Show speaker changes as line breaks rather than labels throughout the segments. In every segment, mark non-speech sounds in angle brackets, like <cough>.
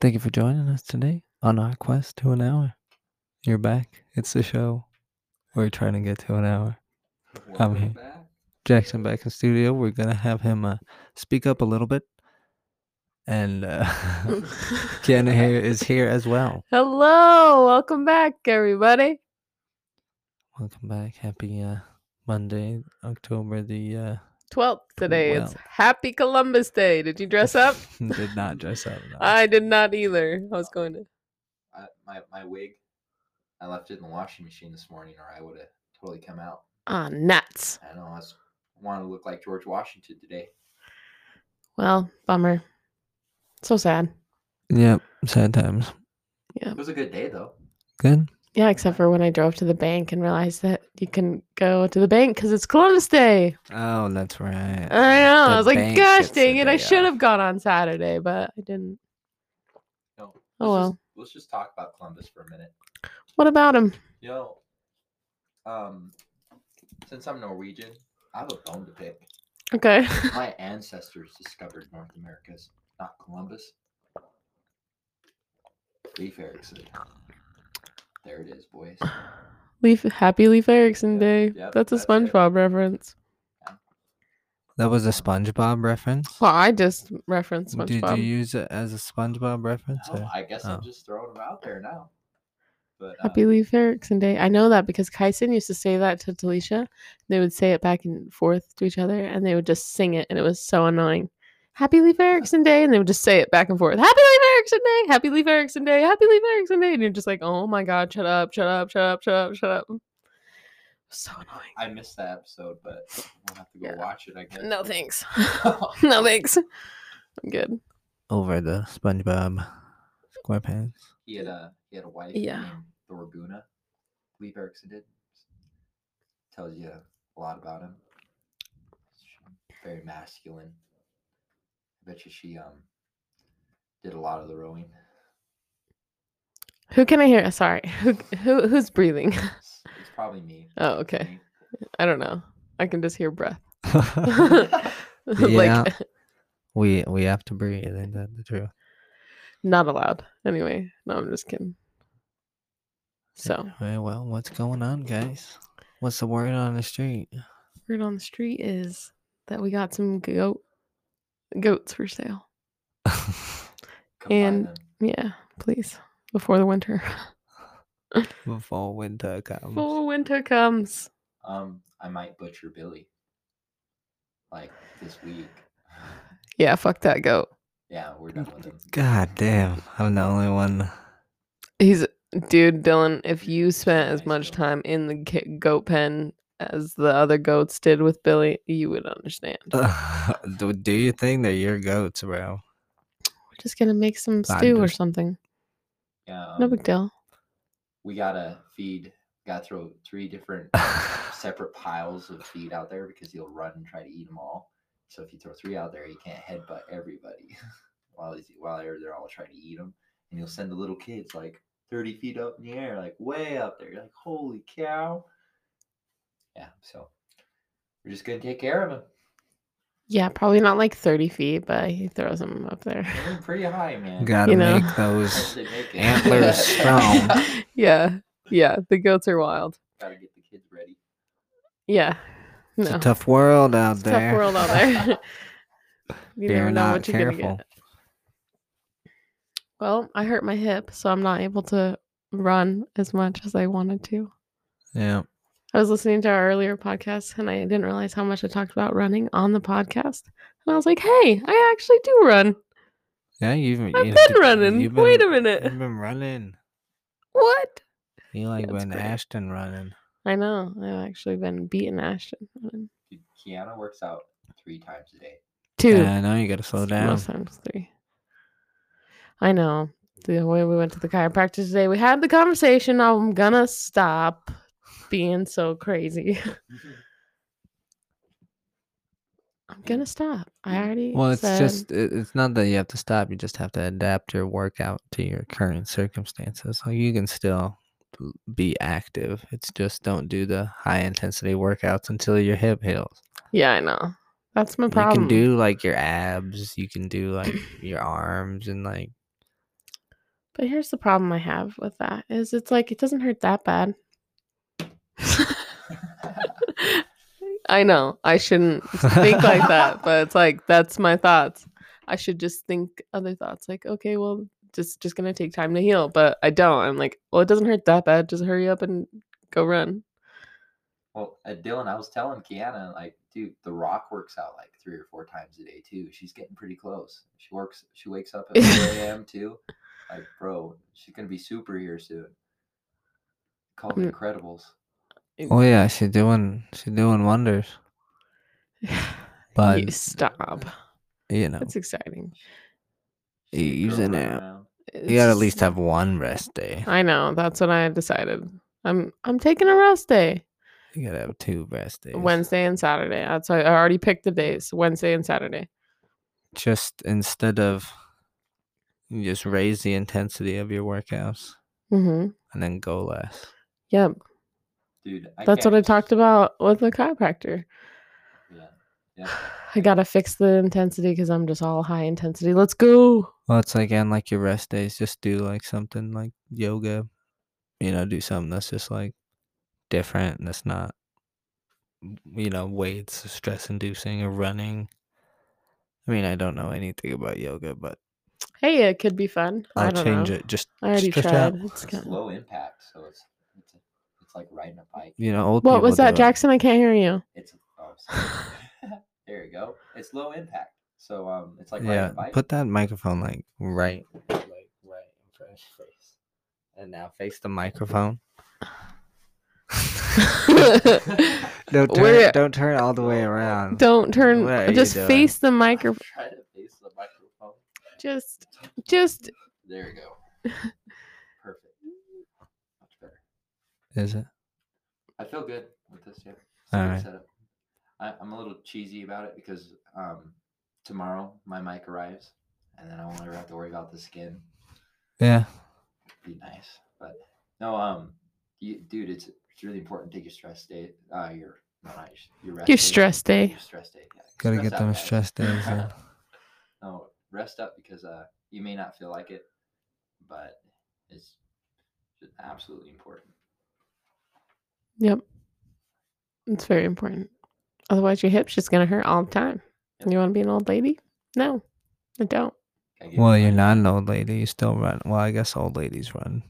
Thank you for joining us today on our quest to an hour. You're back. It's the show. We're trying to get to an hour.
Oh,
I'm here. Jackson back in studio. We're going to have him uh, speak up a little bit. And uh, <laughs> Kiana
<laughs>
here is here as well.
Hello, welcome back, everybody.
Welcome back. Happy uh, Monday, October the. Uh,
12th today. It's
12th.
Happy Columbus Day. Did
<laughs>
you dress <laughs> up?
did not dress up. no.
I did not either. I was going to.
I, my my wig, I left it in the washing machine this morning, or I would have totally come out.
Ah, nuts.
I don't know. I was wanted to look like George Washington today.
Well, bummer. So sad.
Yep. Sad times.
It was a good day though.
Good.
Yeah, except for when I drove to the bank and realized that you can go to the bank because it's Columbus Day.
Oh, that's right.
I know. I was like,
bank
gosh
gets the
dang it. I
day
should
off."
have gone on Saturday, but I didn't.
No. Let's
Oh, well.
Just, let's just talk about Columbus for a minute.
What about him?
You know, um, since I'm Norwegian, I have a bone to pick.
Okay. <laughs>
My ancestors discovered North America's not Columbus. Leif Erikson. There it is, boys.
Leaf, happy Leaf Erickson
Yep,
Day.
yep,
that's a
that's it.
SpongeBob reference.
That was a SpongeBob reference.
Well, I just referenced
Did
SpongeBob.
you use it as a SpongeBob reference?
No,
or-
I guess
Oh.
I'm just throwing them out there now. But uh,
Happy Leif Erikson Day. I know that because Kyson used to say that to Talisha. They would say it back and forth to each other, and they would just sing it, and it was so annoying. Happy Leif Erikson Day, and they would just say it back and forth. Happy Leif Erikson Day. Happy Leif Erikson Day. Happy Leif Erikson Day, and you're just like, oh my god, shut up, shut up, shut up, shut up, shut up. So annoying.
I missed that episode, but we'll have to go
Yeah.
watch it. I guess.
No thanks. <laughs> no thanks. I'm good.
over the SpongeBob SquarePants. <laughs>
he had a he had a wife.
Yeah.
named Thorbuna. Lee Erickson did. Tells you a lot about him. She- Very masculine. I bet you she um did a lot of the rowing.
Who can I hear? Sorry. Who who who's breathing? <laughs>
It's, it's probably me.
Oh,
It's
okay.
me.
I don't know. I can just hear breath. <laughs>
Yeah.
like
we we have to breathe, isn't that the truth?
not allowed. Anyway, no, I'm just kidding. So
Alright, well, what's going on, guys? What's the word on the <laughs> street?
word on the street is that we got some goat goats for sale.
Come find
And-
them.
Yeah, please. Before the winter. <laughs>
Before winter comes.
Before winter comes.
um, I might butcher Billy. Like this week. <laughs>
Yeah, fuck that goat.
Yeah, we're done with him.
God damn, I'm the only one. <laughs>
He's dude, Dylan, if you spent as
Nice
much
goat.
time in the ki- goat pen as the other goats did with Billy, you would understand.
do, do you think that you're goats,
<laughs>
bro?
We're just gonna make some stew or
Understand.
something.
Yeah,
No
um,
big deal.
we gotta feed gotta throw three different separate piles of feed out there because he'll run and try to eat them all so if you throw three out there he can't headbutt everybody <laughs> while he's while they're, they're all trying to eat him and he'll send the little kids like 30 feet up in the air like way up there You're like holy cow yeah so we're just gonna take care of him
Yeah, probably not like 30 feet, but he throws them up there.
They're doing pretty high man
Gotta
You know.
make
<laughs> Hope
those.
they make it. <laughs>
<laughs>
antlers strong.
yeah, yeah, the goats are wild.
gotta get the kids ready
Yeah, no,
It's a tough world out
It's a tough
there.
world out there. you
if
never
you're
know
not
what you're gonna
careful.
get. Well, I hurt my hip, so I'm not able to run as much as I wanted to.
<laughs> Yeah.
I was listening to our earlier podcast, and I didn't realize how much I talked about running on the podcast. And I was like, "Hey, I actually do run.
Yeah, you've been,
I've
you-
been running.
you've
Wait a
been-
minute,
You've been running.
what?"
You like
That's
been
great.
Ashton running.
I know. I've actually been beating Ashton.
Dude, Kiana works out three times a day.
Two.
Yeah, I know you gotta slow
It's
down.
Most times three. I know. The way we went to the chiropractor today, we had the conversation. I'm gonna stop being so crazy. <laughs> I'm gonna stop. I already.
Mm. Well, it's
said-
just it, it's not that you have to stop. You just have to adapt your workout to your current circumstances. So you can still l- be active. It's just don't do the high intensity workouts until your hip heals.
Yeah, I know. That's my
You can
problem. <clears throat>
do like your abs. You can do like your arms and like
But here's the problem I have with that is it's like it doesn't hurt that bad.
<laughs>
<laughs> I know I shouldn't
<laughs>
think like that, but it's like that's my thoughts. I should just think other thoughts like, okay, well, just just gonna take time to heal, but I don't. I'm like, well, it doesn't hurt that bad. Just hurry up and
<sighs>
go run.
Well, uh, Dylan, I was telling Kiana, like, dude, The Rock works out like three or four times a day too. She's getting pretty close. She works. She wakes up at
<laughs>
4 a.m. too. Like, bro, she's gonna be super here soon. Call the
Mm.
Incredibles.
Oh yeah, she doing she doing wonders. But
you stop.
you know,
It's exciting.
She could
Use
go
an
run
app.
around.
It's
you gotta at
just-
least have one rest day.
I know. That's what I decided. I'm I'm taking a rest day.
You gotta have two rest days.
Wednesday and Saturday. That's why I already picked the days. Wednesday and Saturday.
just instead of you just raise the intensity of your workouts
Mm-hmm.
and then go less.
Yep.
Dude, I
That's
can't-
what I talked about with the chiropractor.
Yeah. Yeah.
<sighs> I gotta fix the intensity because I'm just all high intensity. Let's go.
Well, it's like and like your rest days, just do like something like yoga, you know, do something that's just like different and that's not, m- you know, weights, stress inducing, or running. I mean, I don't know anything about yoga, but
Hey, it could be fun. I
I'll
don't
change
know.
it. Just
I already
stretch
tried.
out.
It's
It's
kind
low impact, so it's it's, it's like riding a bike.
you know, old
What
people
was that,
do it.
Jackson? I can't
<laughs>
hear you. <laughs>
It's oh, sorry. <laughs> there you go. It's low impact, so um, it's like
yeah,
riding a bike.
put that microphone like right, like right in front of your face, and now face the microphone.
<laughs>
<laughs>
don't turn,
Where-
don't turn all the way around.
Don't turn.
What are you
Just
doing?
face the microphone.
Try to face the microphone.
Just, just.
There you go.
<laughs>
Perfect. Much better.
Is it?
I feel good with this. Yeah. It's a
All
good
right.
setup. I, I'm a little cheesy about it because um, tomorrow my mic arrives, and then I won't ever have to worry about the skin.
Yeah.
be nice. But no, um, you, dude, it's it's really important to take your stress day. Uh, your no, not your, your rest.
Your
days.
stress day.
Your stress day. Yeah.
Gotta
Stress
get
out,
them
guys.
stress
<laughs>
days in.
no, Oh, rest up because uh, you may not feel like it, but it's just absolutely important.
Yep. It's very important. Otherwise, your hip's just gonna hurt all the time.
Yep.
You want to be an old lady? No, I don't.
Gotta get
Well,
in
you're
line.
not an old lady. You still run. Well, I guess old ladies run.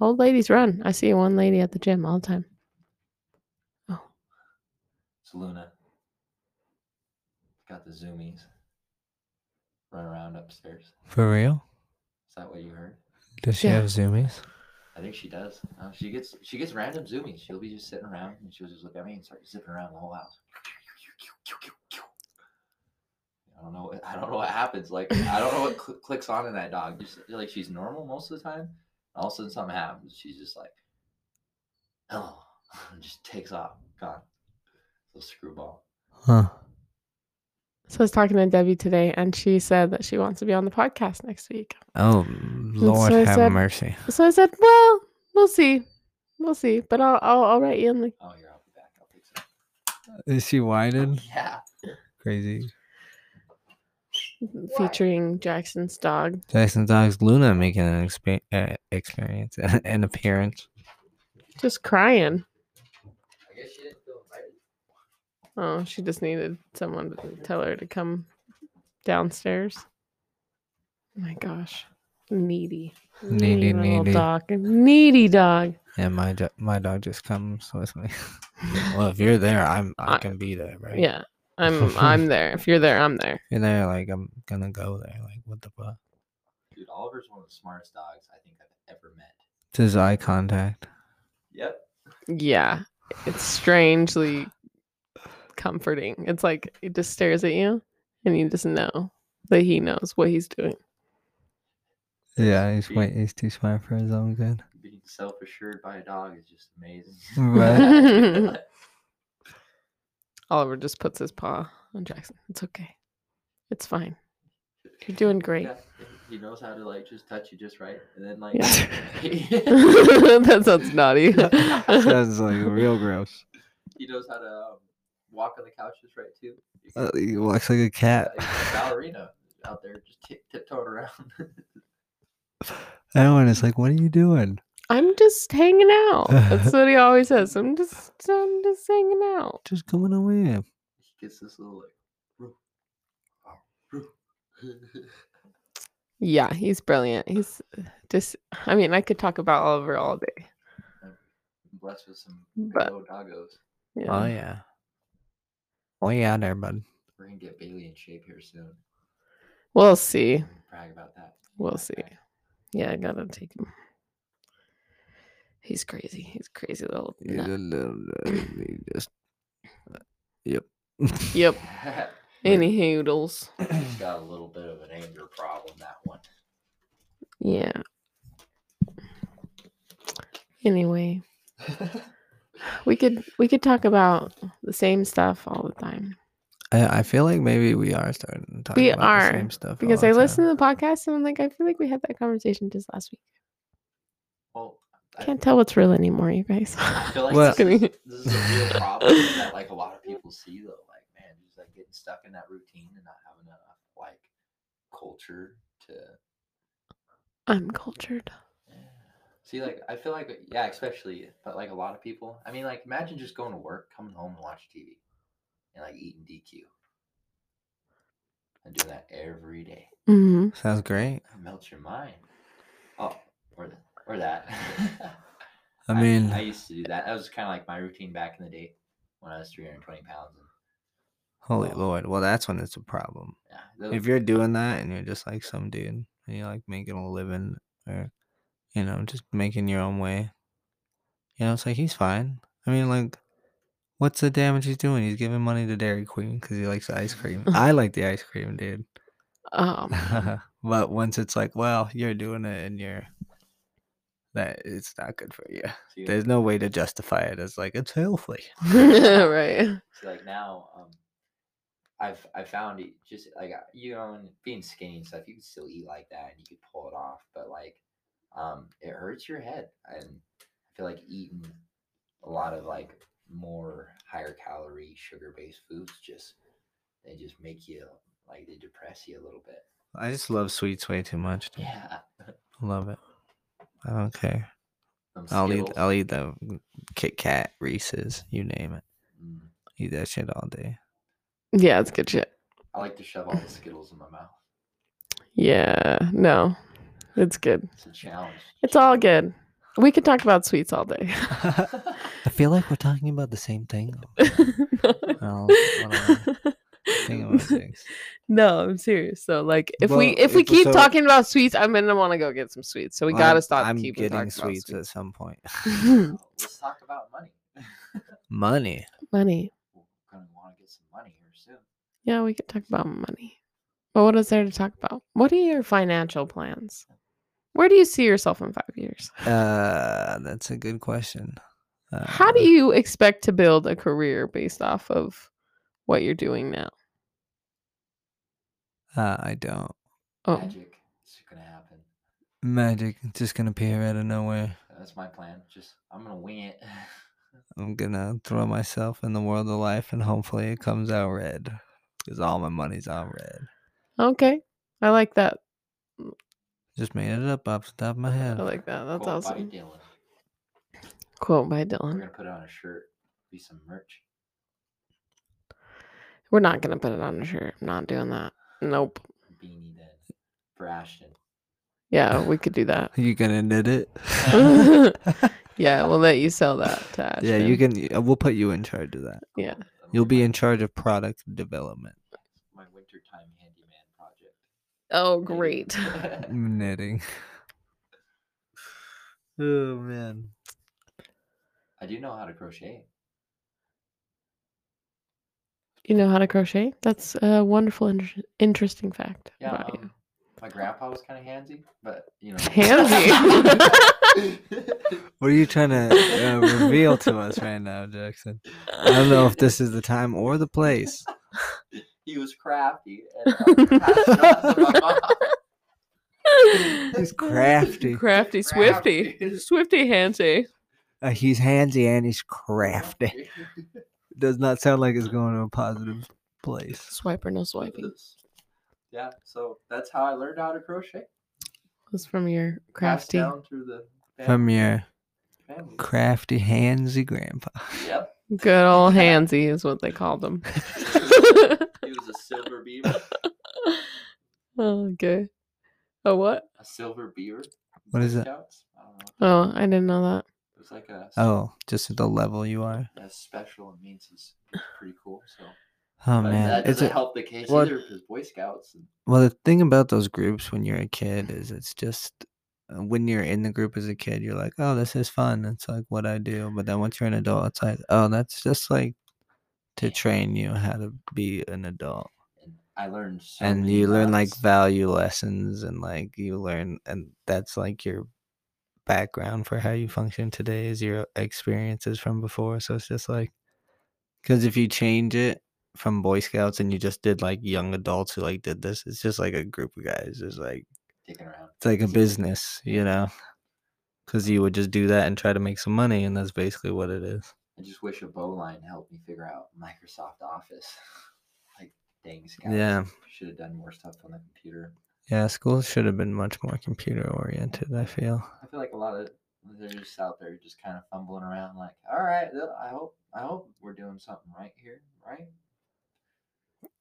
Old ladies run. I see one lady at the gym all the time.
It's Luna. Got the zoomies. Run around upstairs.
For real?
Is that what you heard?
Does she
Yeah.
have zoomies?
I think she does. Uh, she gets she gets random zoomies. She'll be just sitting around and she'll just look at me and start zipping around the whole house. I don't know. what- I don't know what happens. Like I don't know what cl- clicks on in that dog. Just like she's normal most of the time. All of a sudden something happens. She's just like, oh, <laughs> and just takes off, gone. Little screwball.
Huh.
So I was talking to Debbie today, and she said that she wants to be on the podcast next week.
Oh, Lord
so I
have
said-
mercy.
So I said, "Well, we'll see, we'll see." But I'll, I'll, I'll write you. I'm like,
Oh, here I'll be back. I'll fix it.
Is she whining?
Yeah.
Crazy.
featuring Jackson's dog.
Jackson Dog's Luna making an expe- uh, experience, <laughs> an appearance.
Just crying.
I guess she didn't feel invited.
Oh, she just needed someone to tell her to come downstairs. my gosh. Needy.
Needy,
little
needy.
dog. Needy dog.
And my jo- my dog just comes with
<laughs>
me. well, if you're there, I'm I
I-
can be there, right?
Yeah.
<laughs>
I'm I'm there. If you're there, I'm there.
You're there, like I'm gonna go there. Like what the fuck?
Dude, Oliver's one of the smartest dogs I think I've ever met.
This is eye contact.
Yep.
Yeah. It's strangely comforting. It's like it just stares at you and you just know that he knows what he's doing.
Yeah, he's
He-
wait, he's too smart for his own <laughs> good.
being self-assured by a dog is just amazing.
Right.
Oliver just puts his paw on Jackson. It's okay. It's fine. <laughs> You're doing great.
Yeah, he knows how to like just touch you just right, and then like.
<laughs>
<laughs>
that sounds
<laughs>
naughty.
Sounds like real gross.
he knows how to um, walk on the couch just right too. You
Uh,
can-
he walks like a <laughs>
yeah,
cat.
<laughs> he's a ballerina out there just tip- tiptoeing around.
Everyone is like, "What are you doing?"
<laughs> I'm just hanging out. That's what he always says. I'm just, I'm just hanging out.
Just coming over here.
He gets this little like. "Roo, ah, roo." <laughs>
Yeah, he's brilliant. He's just, I mean, I could talk about Oliver all day.
Blessed with some
But-
good old doggos.
Yeah.
Oh yeah. Oh yeah, there, bud.
We're gonna get Bailey in shape here soon.
We'll see.
We can Brag about that. <laughs>
We'll see.
Okay.
Yeah, I gotta take him. He's crazy. He's crazy little. nut.
Just uh,
Yep. Any hoodles.
He's got a little bit of an anger problem. That one.
Yeah. Anyway, we could we could talk about the same stuff all the time
<laughs> I, I feel like maybe we are starting to talk
We
about
are,
the same stuff
because
all
I
the
listen
time.
to the podcast and I'm like I feel like we had that conversation just last week.
well, I-
Can't tell what's real anymore, you guys. <laughs>
I feel like
Well-
this, is, this is a real problem that like a lot of people see though. Like, man, just like getting stuck in that routine and not having enough like culture to
I'm cultured.
see. Like, I feel like yeah, especially but like a lot of people. I mean, like imagine just going to work, coming home and watch TV, and like eating DQ. I do that every day.
hmm
Sounds great.
That melts your mind. Oh, or th- or that. <laughs>
I mean,
I, used to do that. That was kind of like my routine back in the day when I was 320 pounds. And,
holy
oh.
lord. Well, that's when it's a problem.
yeah, tho-
if you're doing that and you're just like some dude and you're like making a living or you know just making your own way you know it's like he's fine i mean like what's the damage he's doing he's giving money to dairy queen because he likes the ice cream i like the ice cream dude <laughs>
Um, <laughs>
but once it's like well you're doing it and you're that it's not good for you
See,
there's no way to justify it as like it's healthy
right.
see, like now, um, I've I found it just like I- you know, and being skinny and stuff, you can still eat like that and you could pull it off, but like, um, it hurts your head, and I feel like eating a lot of like more higher calorie sugar based foods just they just make you like they depress you a little bit. <laughs>
i just love sweets way too much dude.
Yeah,
love it i don't care
Them
I'll eat.
Skittles.
I'll eat the Kit Kat, Reese's, you name it.
Mm.
Eat that shit all day.
Yeah, it's good shit.
I like to shove all the Skittles in my mouth.
Yeah. No, it's good.
It's a challenge.
It's
<laughs>
<laughs>
all good. We could talk about sweets all day. <laughs>
I feel like we're talking about the same thing. I'll, think
<laughs>
about things.
no, I'm serious. So, like, if we
Well,
if we
if-
keep
so-
talking about sweets, I'm gonna want to go get some sweets. So we
Well,
gotta
I'm-
stop
I'm
keeping
getting
talking
sweets
about
at some
<laughs>
point. <laughs>
sweets.
Let's talk about money. <laughs>
Money.
money.
We're gonna want to get some money here soon.
Yeah, we could talk about money. But what is there to talk about? What are your financial plans? Where do you see yourself in five years?
Uh, that's a good question. Uh,
How do you expect to build a career based off of what you're doing now?
Uh, I don't.
Oh,
Magic is gonna happen.
Magic just gonna appear out of nowhere.
That's my plan. Just I'm gonna wing it. <laughs>
I'm gonna throw myself in the world of life, and hopefully it comes out red, because all my money's all red.
okay. I like that.
Just made it up off the top of my head.
I like that. That's
Quote by
awesome.
Dylan.
Quote by
We're
Dylan.
gonna put it on a shirt. Be some merch.
We're not gonna put it on a shirt. I'm not doing that. Nope.
Beanie then for Ashton.
Yeah, we could do that.
You gonna knit
<laughs>
it?
Yeah, we'll let you sell that to
Yeah, you
Ashton.
can. y- We'll put you in charge of that.
Yeah.
I'm
You'll
gonna
be
my-
in charge of product development,
My wintertime handyman project.
Oh,
Maybe. <laughs>
great. <laughs>
knitting. <laughs> Oh man,
I do know how to crochet.
You know how to crochet? That's a wonderful, inter- interesting fact
Yeah.
about you.
Um, my grandpa was kind of handsy, but you know. <laughs>
Handsy.
what are you trying to uh, reveal to us right now, Jackson? I don't know if this is the time or the place.
he was crafty. And, uh, passed it on to my mom.
<laughs>
<laughs>
He's crafty.
Crafty,
<laughs>
swifty.
Crafty.
Swifty, handsy.
Uh, he's handsy and he's crafty. Does not sound like it's going to a positive place.
<laughs>
Swiper, no swiping.
Yeah, so that's how I learned how to crochet.
was from your
Passed
crafty.
down through the
from
fam-
your
family.
crafty handsy grandpa.
Yep.
Good
<laughs>
old Hansy is what they
<laughs>
called him.
He was a silver beaver.
oh, good. Oh, what?
A silver beaver.
What is
Boy
it?
Scouts? I don't know.
Oh, I didn't know that.
It was like a
Oh, just at the level you are.
as special it means he's pretty cool. So
<sighs> Oh
But
man,
that
it's
doesn't
a,
help the case
what-
either because Boy Scouts and
well. The thing about those groups when you're a kid is it's just uh, when you're in the group as a kid, you're like, oh, this is fun. It's like what I do. But then once you're an adult, it's like, oh, that's just like to train you how to be an adult.
and I learned so
and
many
you learn like
nuts.
value lessons and like you learn and that's like your background for how you function today is your experiences from before so it's just like because if you change it from boy scouts and you just did like young adults who like did this it's just like a group of guys it's like
sticking around.
it's like a business you know because you would just do that and try to make some money and that's basically what it is
I just wish a bowline helped me figure out Microsoft Office. <laughs> like dang Scouts.
Yeah.
Should have done more stuff on the computer.
yeah school should have been much more computer oriented i feel
I feel like a lot of they're just out there just kind of fumbling around like, all right, th- I hope I hope we're doing something right here, right?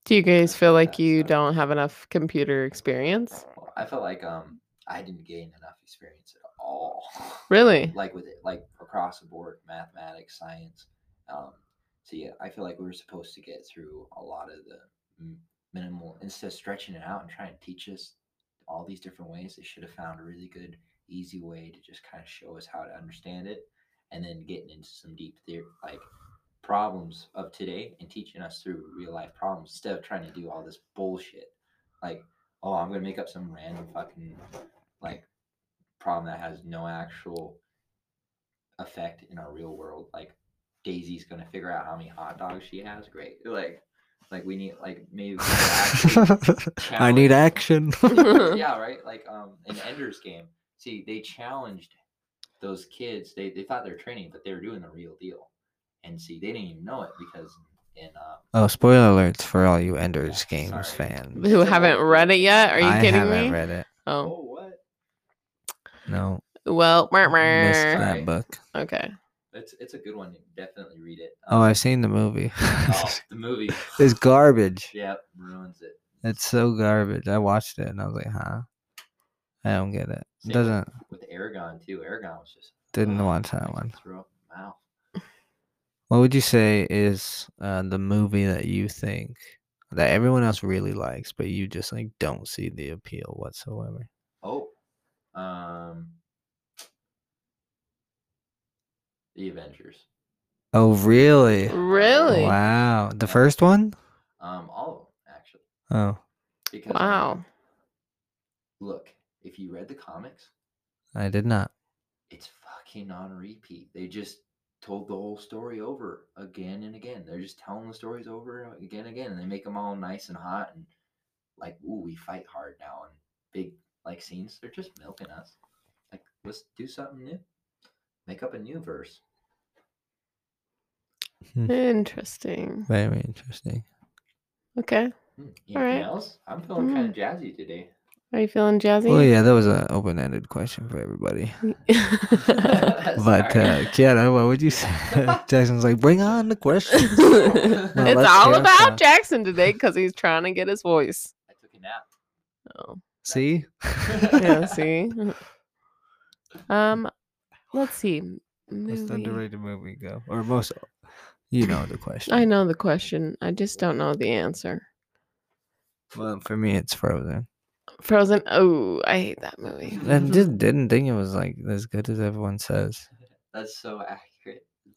Do you guys feel like
That's
you
not-
don't have enough computer experience?
Well, I felt like um I didn't gain enough experience at all. <laughs>
Really?
like with it, like across the board, mathematics, science. Um, so yeah, I feel like we were supposed to get through a lot of the m- minimal instead of stretching it out and trying to teach us all these different ways. They should have found a really good, easy way to just kind of show us how to understand it, and then getting into some deep theory, like problems of today, and teaching us through real life problems instead of trying to do all this bullshit. Like, oh, I'm gonna make up some random fucking like problem that has no actual effect in our real world. Like Daisy's gonna figure out how many hot dogs she has. Great. Like, like we need like maybe. we
<laughs>
could actually
i need
challenge-
action Mm-hmm.
<laughs>
yeah, right. Like um, in Ender's Game, see, they challenged those kids. They they thought they were training, but they were doing the real deal. And see, they didn't even know it because in um,
Oh, spoiler alerts for all you Ender's
Yeah,
Games
sorry.
fans.
Who haven't read it yet? Are you
I
kidding
haven't
me?
read it.
oh,
oh what?
No,
well, wah, wah.
missed
Sorry.
that book.
okay.
It's it's a good one. You definitely read it.
Oh,
Um,
I've seen <laughs> the movie.
oh,
<laughs>
the movie.
it's garbage.
<laughs> Yep, ruins it.
It's so garbage. I watched it and I was like, huh? I don't get it.
Same
Doesn't
with, with Aragon too. Aragon was just
didn't
ugh,
watch that
I
one.
could Throw up my mouth.
What would you say is uh, the movie that you think that everyone else really likes, but you just like don't see the appeal whatsoever?
Oh, um, the Avengers.
Oh, really?
Really?
Wow. The first one?
Um, all of them actually.
Oh,
Because um,
Wow.
look, if you read the comics,
I did not.
it's fucking on repeat. They just told the whole story over again and again. They're just telling the stories over again and again, and they make them all nice and hot and like, ooh, we fight hard now and big like scenes. They're just milking us. Like, let's do something new. Make up a new verse.
Hmm.
Interesting.
Very interesting.
Okay.
Hmm, Anything
right. Mm.
else? I'm feeling kind of jazzy
<laughs>
today.
Are you feeling jazzy?
Well, yeah, that was an open-ended question for everybody. But
<laughs>
<laughs>
Sorry. <laughs>
uh, Kiana, what would you say? Jackson's like, bring on the question.
<laughs>
No,
it's
let's
all
hear
about
from-
Jackson today because he's trying to get his voice.
I took a nap.
Oh,
See,
<laughs>
<laughs>
yeah. See. Um, let's see.
most
Movie.
underrated movie go or most? You know the question.
I know the question. I just don't know the answer.
Well, for me, it's Frozen.
Frozen. Oh, I hate that movie.
I just didn't think it was like as good as everyone says.
<laughs> That's so accurate.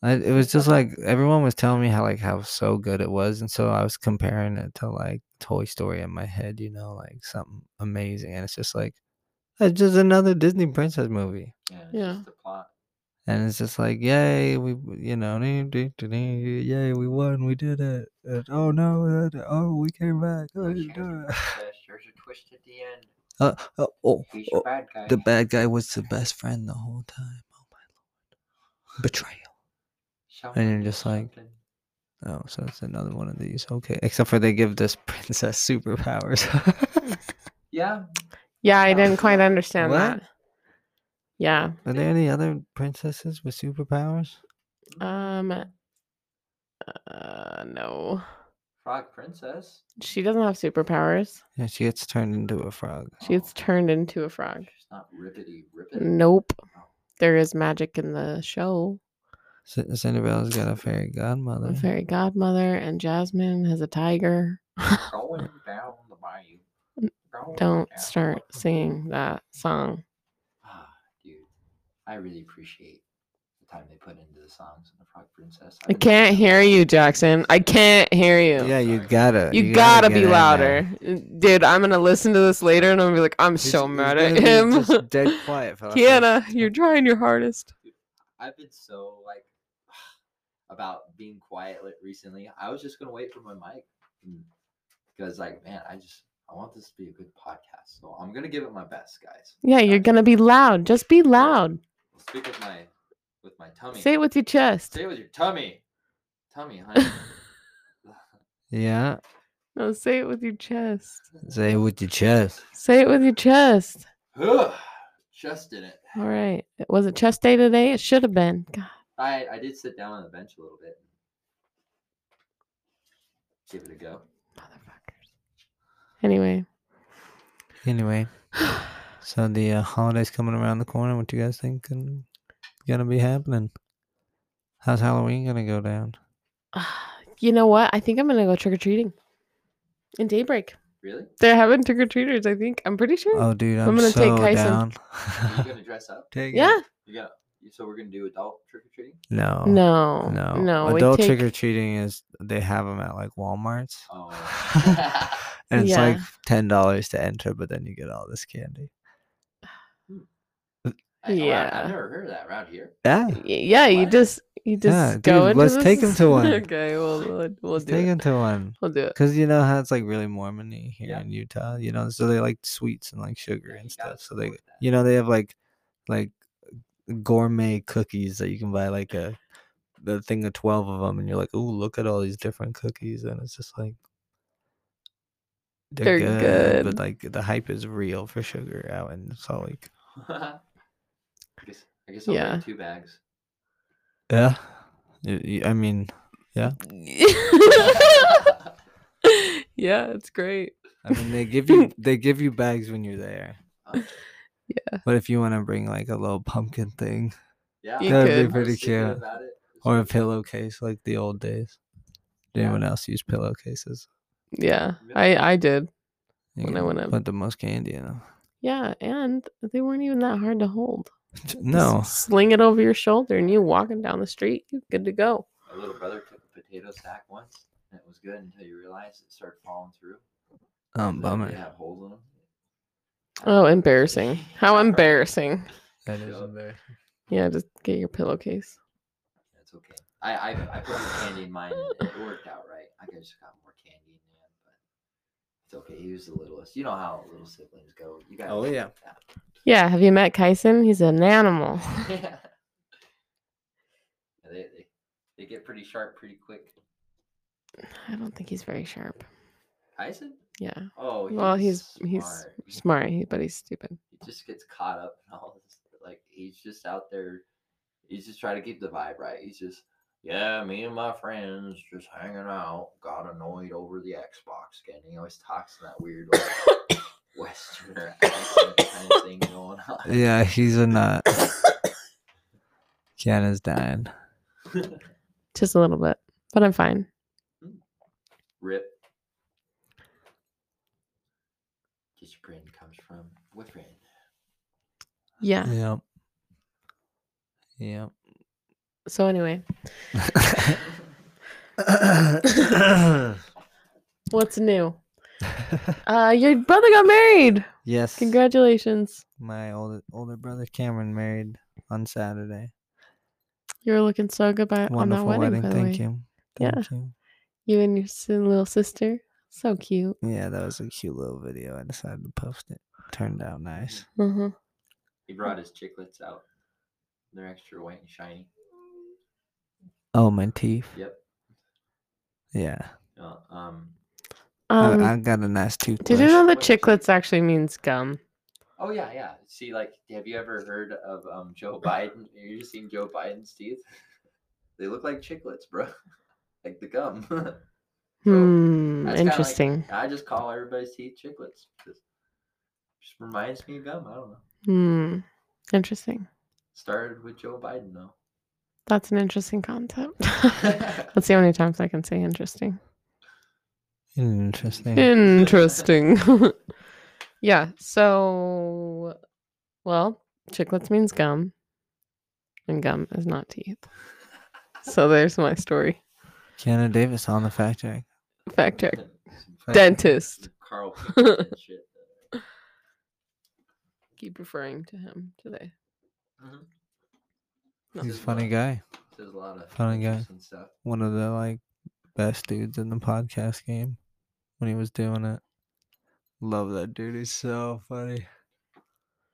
I, it was just like everyone was telling me how like how so good it was, and so I was comparing it to like Toy Story in my head, you know, like something amazing, and it's just like it's just another Disney princess movie.
Yeah. It's
Yeah.
Just the plot.
and it's just like yay we w- you know dee, dee, dee, dee, dee, yay we won we did it and, oh no that, oh we came back oh,
There's
you do it." <laughs>
a twist at the end.
Uh, oh, oh,
He's
oh,
your bad guy.
the bad guy was the best friend the whole time oh my lord betrayal
Something,
you're just like-
something.
oh so it's another one <laughs> of these okay except for they give this princess superpowers
yeah,
Yeah, I didn't quite understand
What?
that. Yeah.
<laughs> Are there any other princesses with superpowers?
Um. Uh, no,
Frog Princess.
she doesn't have superpowers.
Yeah, she gets turned into a frog.
She gets turned into a frog.
Oh. She's not ribbity ribbit.
Nope. There is magic in the show.
C- Cinderella's got a fairy godmother.
The fairy godmother and Jasmine has a tiger. <laughs>
Going down the bayou. Going
Don't
down.
start singing that song.
Ah, dude, I really appreciate the time they put into the songs and the Frog Princess.
I can't hear you, Jackson. I can't hear you.
Yeah, you
Sorry.
gotta.
You, gotta,
get
be
in there.
louder. Uh, Dude, I'm gonna listen to this later and I'm gonna be like, I'm
He's-
so
he's
mad
gonna
at
be
him. <laughs>
just dead quiet for the first-
Kiana, <laughs> you're trying your hardest.
I've been so like <sighs> about being quiet li- recently. I was just gonna wait for my mic mm, because, like, man, I just I want this to be a good podcast, so I'm gonna give it my best, guys.
Yeah, you're
Guys,
gonna be loud. Just be loud.
I'll speak with my with my tummy.
Say it with your chest.
Say it with your tummy, tummy, honey.
Yeah,
No, say it with your chest.
say it with your chest.
Say it with your chest.
Ugh, just did it.
All right. Was it chest day today? It should have been. God.
I I did sit down on the bench a little bit. Give it a go.
Motherfuckers. Anyway, <sighs>
Anyway, so the uh, holidays coming around the corner. What you guys think can, gonna be happening? How's Halloween gonna go down?
<sighs> you know what? I think I'm gonna go trick or treating in daybreak.
Really?
They're having trick or treaters. I think I'm pretty sure.
Oh, dude, I'm,
I'm gonna
so
take Kyson.
down.
Are
<laughs>
you gonna dress up?
Take it.
yeah.
You got so we're gonna do adult trick or treating.
No.
No.
Oh, No.
No. we
Adult
take-
trick or treating is they have them at like Walmart's,
<laughs>
<laughs>
<laughs> Oh,
and it's
Yeah.
like ten dollars to enter, but then you get all this candy.
I- wow,
Yeah.
I've never heard of that around here. <laughs>
Yeah.
Y- Yeah, you
What?
just you just
dude,
go into
let's take
this-
'em
<laughs>
to one.
okay, we'll we'll, we'll
Let's
do
take
it.
them to one.
We'll do it.
Cause you know how it's like really Mormony here
Yeah.
in Utah, you know, so they like sweets and like sugar
Yeah,
and
you gotta
stuff. So they,
support that.
you know, they have like, like gourmet cookies that you can buy like a, the thing of twelve of them, and you're like, oh, look at all these different cookies, and it's just like, but
They're good.
like the hype is real for sugar out in Salt Lake.
I guess, I guess I'll
Yeah.
bring two
<laughs>
bags. <laughs>
Yeah, Y- y- I mean,
<laughs> yeah, it's great.
I mean, they give you they give you bags when you're there,
Oh,
but if you want to bring like a little pumpkin thing
yeah,
You That'd be
I was
pretty
thinking
cute.
about it.
or a pillowcase like the old days. Did
Yeah.
anyone else use pillowcases?
Yeah, I I did.
You
When I
can
went up-
put the most candy in them.
Yeah, and they weren't even that hard to hold. Just
<laughs> No,
sling it over your shoulder, and you walking down the street, you good to go.
My little brother took a potato sack once, and it was good until you realized it started falling through.
um,
That They
bummer.
have holes in them.
Oh, embarrassing!
<laughs>
How embarrassing!
That is
Yup.
embarrassing.
Yeah, just get your pillowcase.
That's okay. I I, I put some candy in mine and it worked out right. I could just got more candy in there, but it's okay. He was the littlest. You know how little siblings go. You got
Oh, yeah.
Yeah, have you met Kyson? He's an animal. <laughs>
<laughs> yeah. They, they they get pretty sharp pretty quick.
I don't think he's very sharp.
Tyson?
Yeah,
Oh,
Well, he's- he's
smart.
smart, he- but he's stupid.
He just gets caught up in all this. Like he's just out there. He's just trying to keep the vibe right. He's just yeah, me and my friends just hanging out. Got annoyed over the Xbox again. He always talks in that weird like, Westerner accent kind of thing going on.
Yeah, he's a
<coughs>
nut. Kiana's dying.
Just a little bit, but I'm fine.
Rip. Just your brain comes from within.
Yeah.
Yep.
<coughs>
Yep. <coughs>
So anyway, what's new? Uh, your brother got married.
yes.
Congratulations.
My older older brother Cameron married on Saturday.
You're looking so good by, Uh, on that
Wonderful
wedding,
wedding.
by the
Thank
way. You.
you.
Yeah.
Thank you.
and your si- little sister. So cute.
Yeah, that was a cute little video. I decided to post it. Turned out nice.
Uh-huh.
He brought his chiclets out. They're extra white and shiny.
Oh, my teeth.
Yep.
Yeah.
Uh, um.
I-
Um,
Uh, I, got a nice toothbrush.
did you know that
What is it?
chiclets actually means gum?
Oh yeah, yeah. See, like, have you ever heard of um Joe Biden? Have you just seen Joe Biden's teeth? They look like chiclets, bro. <laughs> like the gum. <laughs> So,
Hmm.
that's kinda like-
Interesting.
I just call everybody's teeth chiclets. Just, just reminds me of gum. I don't know.
Hmm. Interesting.
Started with Joe Biden
<laughs>
though.
That's an interesting concept. <laughs> Let's see how many times I can say interesting.
Interesting.
Interesting. <laughs> yeah. So, well, chiclets means gum, and gum is not teeth. So there's my story.
Keanu Davis on the fact check.
<laughs>
Fact check.
Some
Fact-
Dentist. <laughs>
Carl Pickens and shit.
Keep referring to him today.
Mhm.
No.
He's a funny guy.
There's a lot of
Funny guy.
interesting stuff.
One of the like best dudes in the podcast game when he was doing it. Love that dude. He's so funny.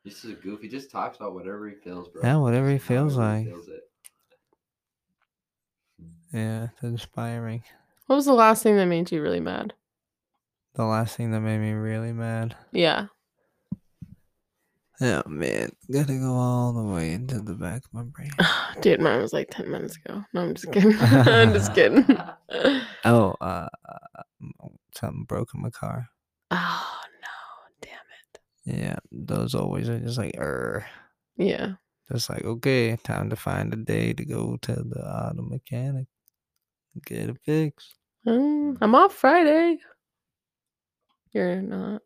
He's just a goof. He just talks about whatever he feels, bro.
Yeah, whatever he
Just
feels
however he
like.
feels it.
Yeah, it's inspiring.
What was the last thing that made you really mad?
The last thing that made me really mad.
Yeah. <sighs>
Oh man, gotta go all the way into the back of my
<laughs>
brain.
Dude, mine was like 10 minutes ago. No, I'm just kidding. <laughs> I'm just kidding. <laughs>
Oh, uh, uh, m- something broke in my car.
Oh, no. Damn
Yeah, those always are just like, er,
it. Yeah.
just like okay, time to find a day to go to the auto mechanic, get it
<laughs>
fixed.
Um, I'm off Friday. You're not.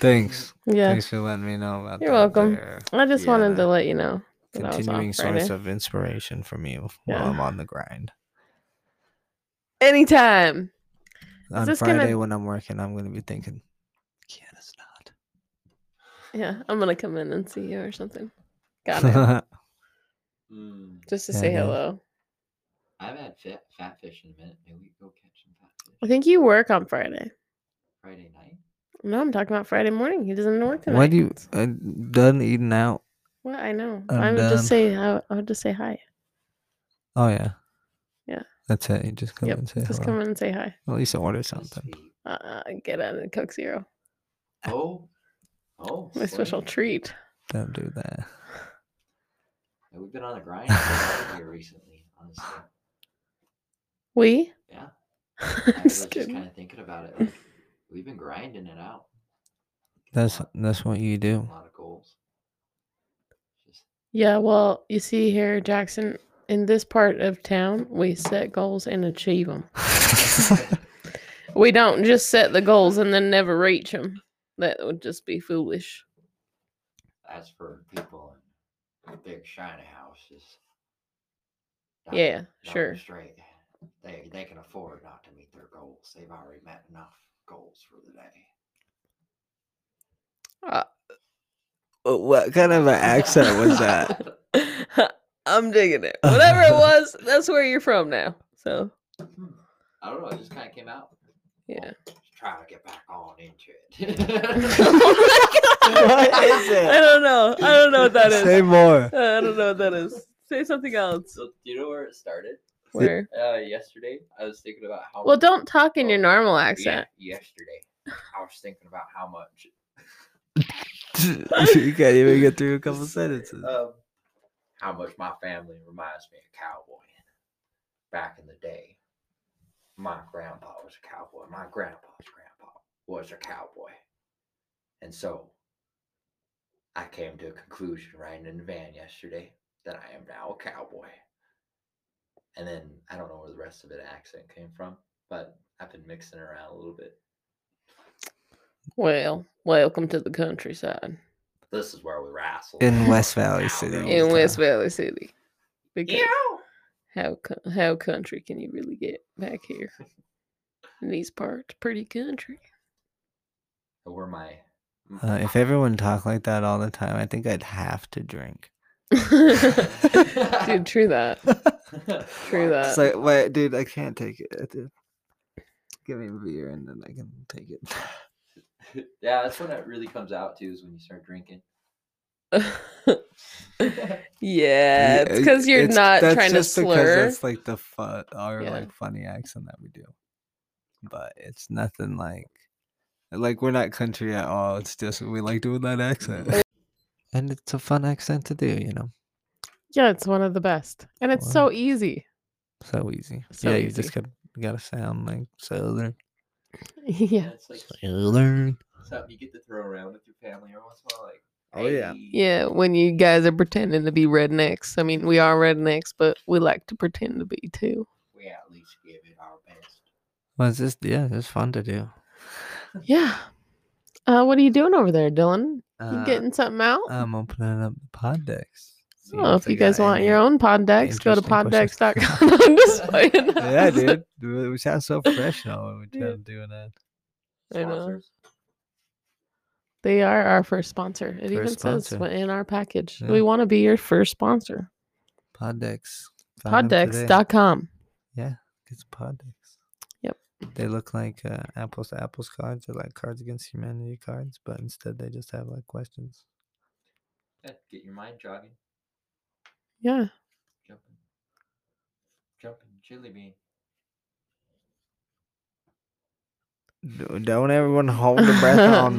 Thanks,
yeah.
thanks for letting me know about.
You're
that
welcome.
there.
I just wanted
Yeah.
to let you know. that I was off
Continuing source
Friday.
of inspiration from you
Yeah.
while I'm on the grind.
Anytime.
on
this gonna-
Friday when I'm working, I'm gonna be thinking, Kiana's not.
Yeah. I'm going to come in and see you or something.
<laughs>
Got it.
Mm,
Just to
Yeah,
say
dude.
hello.
I haven't had fat, fat fish in a minute. Maybe we go catch some fat fish
I think you work on Friday.
Friday night.
No, I'm talking about Friday morning. He
<laughs>
doesn't work tonight.
Why do you uh, done eating out?
What I know.
I'm
I would
done.
just say I would- I would just say hi.
Oh yeah.
Yeah.
That's it. You just come and say
Just
hello.
come in and say hi.
At least order
That's
something.
sweet.
Uh, get out of Coke Zero.
Oh, oh,
My
sweet.
special treat.
Don't do that.
Yeah, We've been
<laughs>
on the grind for a lot of here recently, honestly.
We? <laughs>
Yeah, I was
I'm just
just
kidding.
kind of thinking about
<laughs>
it. Like, we've been grinding it out.
That's
a
that's what you <laughs> do.
lot of goals.
<laughs>
Just
Yeah, well, you see here, Jackson, in this part of town, we set goals and achieve them. We don't just set the goals and then never reach them. That would just be foolish.
that's for people in big shiny houses. Not-
Yeah,
not
sure.
Straight. They they can afford not to meet their goals. They've already met enough goals for the day.
what kind of an accent was that?
I'm digging it.
<laughs>
Whatever it was, that's where you're from now. So,
Hmm. <laughs> I don't know. It just kind of came out.
yeah.
Just trying to get back on into
<laughs> Oh
it.
my
<laughs>
God.
What
<laughs>
is it?
I don't know. I don't know what <laughs> that is.
Say more.
<laughs>
<laughs>
I don't know what that is. Say something
<laughs>
else.
so, do you know where it started?
Where?
Uh, yesterday, I was thinking about how.
Well, don't talk in your
Oh,
normal
yeah,
accent.
yesterday, I was thinking about how much.
you can't even get through a couple sentences.
Um, how much my family reminds me of cowboy. Back in the day, my grandpa was a cowboy. My grandpa's grandpa was a cowboy, and so I came to a conclusion riding in the van yesterday that I am now a cowboy. And then I don't know where the rest of it accent came from, but I've been mixing around a little bit.
Well, welcome to the countryside
This is where we wrestle
In West Valley
<laughs>
City.
In
in
Utah.
West Valley City. Because
Yeah.
how co- how country can you really get back here? In these parts, pretty country. <laughs>
Where my
Uh, if everyone talked like that all the time, I think I'd have to drink.
Dude, true that. <laughs> True
It's
that.
like, wait, dude, I can't take it. I do- Give me a beer and then I can take it. <laughs>
yeah, that's when it really comes out too, is when you start drinking. <laughs>
yeah, it's because you're
It's-
not
that's
trying to
just because
slur.
That's like the fun, our
Yeah.
like funny accent that we do, but it's nothing like Like we're not country at all. It's just we like doing that accent. And it's a fun accent to do, you know.
Yeah, it's one of the best. And it's so easy. <laughs>
So easy.
So
yeah, you
easy.
just gotta, gotta sound like Southern.
yeah.
It's like
Southern.
something you get to throw around with your family every once in a while. Like,
Oh, yeah.
"Hey."
Yeah, when you guys are pretending to be rednecks. I mean, we are rednecks, but we like to pretend to be too.
We at least gave it our best.
Well, it's just yeah, it's fun to do.
Yeah. Uh, what are you doing over there, Dylan? You
Uh,
getting something out?
I'm opening up the pod decks. see
oh, if
they
you guys
got
want
any-
your own pod decks, go to
interesting
poddex.com. I'm just playing.
Yeah,
<laughs>
dude. dude, We sound so professional when we
Yeah.
are doing that.
I know.
Sponsors.
They are our first sponsor. It
First
even
sponsor.
says what- in our package.
Yeah.
We want to be your first sponsor.
Pod decks. Found 'em today.
Poddex.com.
Yeah, get some pod decks.
Yep.
They look like uh, apples to apples cards. They're like Cards Against Humanity cards, but instead they just have like questions.
Yeah, Get your mind jogging,
Yeah.
jumping, jumping, chili bean. <laughs>
D- Don't everyone hold
<laughs>
account.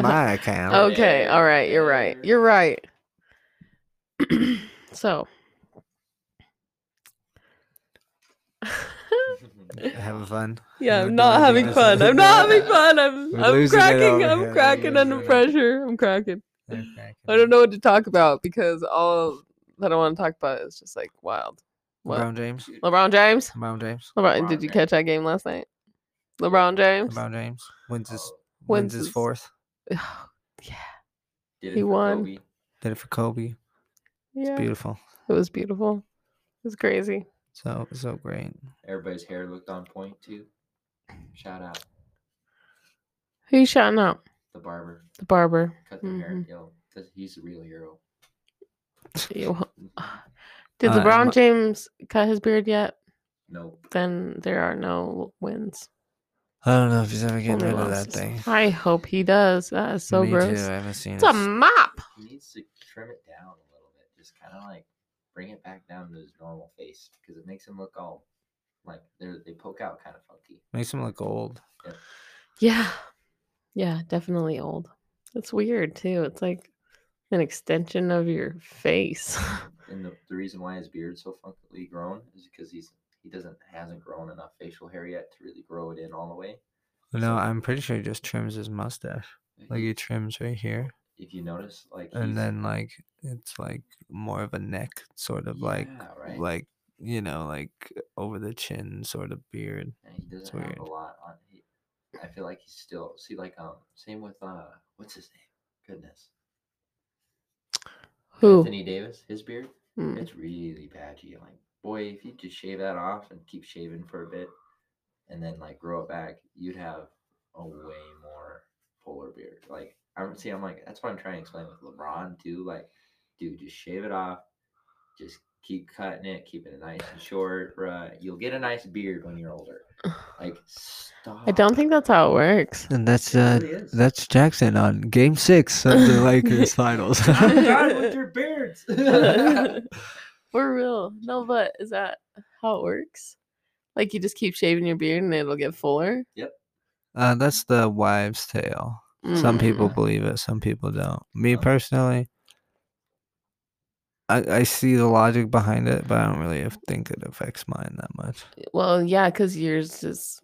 Oh,
Okay.
yeah,
All right. You're right.
yeah.
You're right. so.
Having fun.
Yeah,
We're
I'm not
doing
having
this.
fun. I'm not having fun. I'm
We're
I'm
losing it
cracking.
over
I'm
here.
cracking
We're
under
losing it.
pressure. I'm cracking.
They're cracking
I don't
up.
know what to talk about because all that I want to talk about is just like wild. What?
LeBron James.
LeBron James.
LeBron James.
LeBron,
LeBron
did you
James.
catch that game last night? LeBron James. <sighs>
LeBron James wins his
Oh,
wins
Wins
his
his-
fourth.
did it
he
for
won.
Kobe.
Did it for Kobe.
yeah,
Beautiful.
it was beautiful. It was crazy.
So so great.
Everybody's hair looked on point too. Shout out
Who you shouting out?
the barber.
The barber.
Cut their hair,
Mhm.
yo, because he's a real hero.
Ew. <laughs> Ah. Did
Uh,
LeBron
my-
James cut his beard yet?
No,
Then there are no wins.
I don't know if he's ever getting
Only
rid of that
losses.
thing.
I hope he does. That is so
Me
gross.
Too. I haven't seen
It's a
it.
mop.
he needs to trim it down a little bit. Just kind of like bring it back down to his normal face because it makes him look all like they are they poke out kind of funky.
Makes him look old.
Yeah. Yeah, definitely old. It's weird too. It's like an extension of your face. <laughs>
And the, the reason why his beard's so funkily grown is because he's he doesn't hasn't grown enough facial hair yet to really grow it in all the way.
No, I'm pretty sure he just trims his mustache. Like he trims right here,
if you notice, like
and
he's-
then like it's like more of a neck sort of like
Yeah, right.
like you know like over the chin sort of beard.
Yeah, he
It's
doesn't have
weird.
a lot on. He, I feel like he's still see like um same with uh what's his name? Goodness,
Who?
Anthony Davis. His beard,
Mm. <laughs>
it's really patchy. Like boy, if you just shave that off and keep shaving for a bit, and then like grow it back, you'd have a way more polar beard. Like I'm see, I'm like that's what I'm trying to explain with LeBron too. Like, dude, just shave it off. Just keep cutting it, keeping it nice and short, bruh. You'll get a nice beard when you're older. Like, stop.
I don't think that's how it <laughs> works.
And that's
It
uh
really is.
that's Jackson on Game Six of the Lakers
<laughs>
Finals.
I'm done with your beards.
<laughs>
<laughs>
We're real. No, but is that how it works? Like you just keep shaving your beard and it'll get fuller?
<laughs> uh, that's the wives' tale. Some people
Mm.
believe it, some people don't. Me
Oh.
personally, I I see the logic behind it, but I don't really think it affects mine that much.
Mm. Well, yeah, because yours has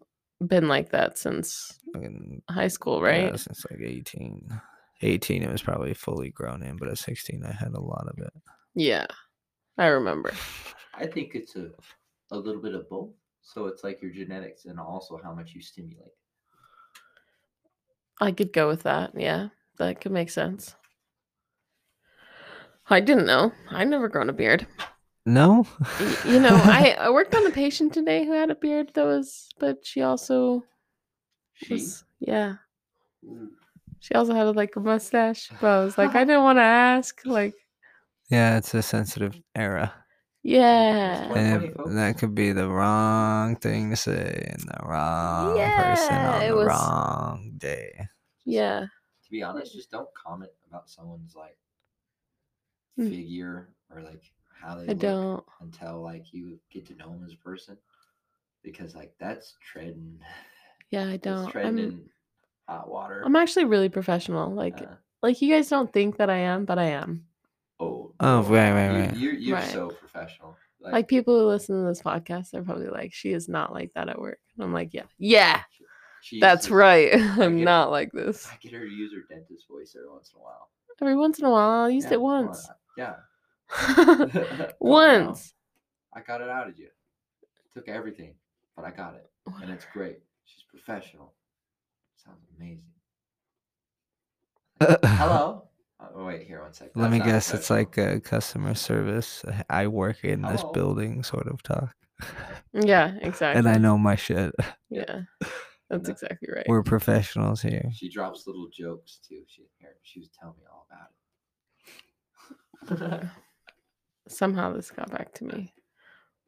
been like that since
Fucking
high school,
Yeah,
right?
since like 18. 18, it was probably fully grown in, but at 16, I had a lot of it.
Yeah. I remember.
I think it's a, a little bit of both. So it's like your genetics and also how much you stimulate.
I could go with that. Yeah, that could make sense. I didn't know. I never grown a beard.
No?
Y- You know,
<laughs>
I, I worked on a patient today who had a beard that was, but she also <laughs>
She.
was, yeah, Mm.
Ooh,
she also had like a mustache. But I was
<laughs>
like, I didn't want to ask. Like,
<laughs> Yeah, it's a sensitive era.
yeah,
And if-
120,
that could be the wrong thing to say and the wrong person
Yeah,
on
it
the
was-
wrong day.
yeah,
To be honest, just don't comment about someone's like
Mm.
figure or like how they
I
look
don't.
until like you get to know them as a person. Because like that's treading.
Yeah, I
That's
don't.
treading
I'm,
in hot water.
I'm actually really professional. Like,
Uh,
like you guys don't think that I am, but I am.
oh,
Oh,
no,
right, right, right.
You, you're you're
Right.
so professional.
Like people who listen to this podcast, they're probably like, "She is not like that at work." And I'm like, "Yeah, yeah,
she-
that's
she-
right. <laughs> I'm
get-
not like this."
I get her to use her dentist voice every once in a while.
Every once in a while, I used
Yeah,
it
why
<laughs> once.
not? Yeah. <laughs>
<laughs>
Come on now.
once.
I got it out of you. Took everything, but I got it. And
<sighs>
it's great. She's professional. Sounds amazing.
<sighs>
Hello. Oh, wait, here one second.
<laughs> Let me guess. It's like a customer service. uh, I work in this
Hello.
building sort of talk.
Yeah, exactly.
And I know my
<laughs>
shit.
Yeah, that's
Yeah.
exactly right.
We're professionals here.
She drops little jokes too. She here, she was telling me all about
<laughs>
it.
Somehow this got back to me.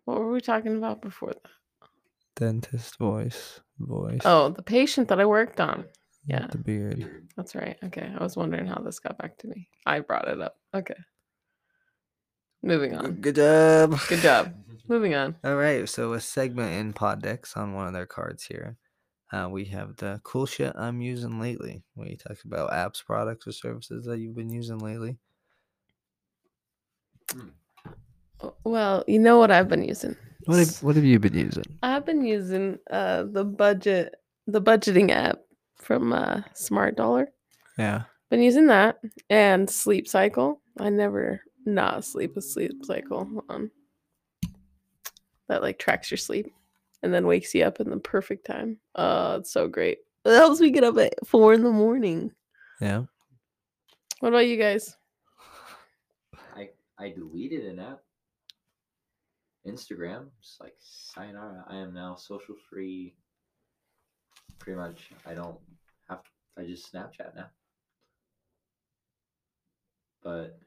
What were we talking about before that? <laughs>
Dentist voice. Voice.
Oh, the patient that I worked on.
not
yeah.
The beard.
Weird.
That's right. Okay. I was wondering how this got back to me. I brought it up. Okay. Moving on.
Good job.
Good job.
<laughs>
Moving on.
All right, so a segment in Poddex on one of their cards here. Uh, we have the cool shit I'm using lately. We talk about apps, products, or services that you've been using lately.
W- Well, you know what I've been using.
What have,
S-
what have you been using?
I've been using uh the budget the budgeting app from uh Smart Dollar.
Yeah,
Been using that and Sleep Cycle. I never not sleep with Sleep Cycle. Hold on. That like tracks your sleep and then wakes you up in the perfect time. Uh it's so great. It helps me get up at four in the morning.
yeah.
What about you guys?
I I deleted an app. Instagram. It's like sayonara. I am now social free. Pretty much. I don't have I just Snapchat now. But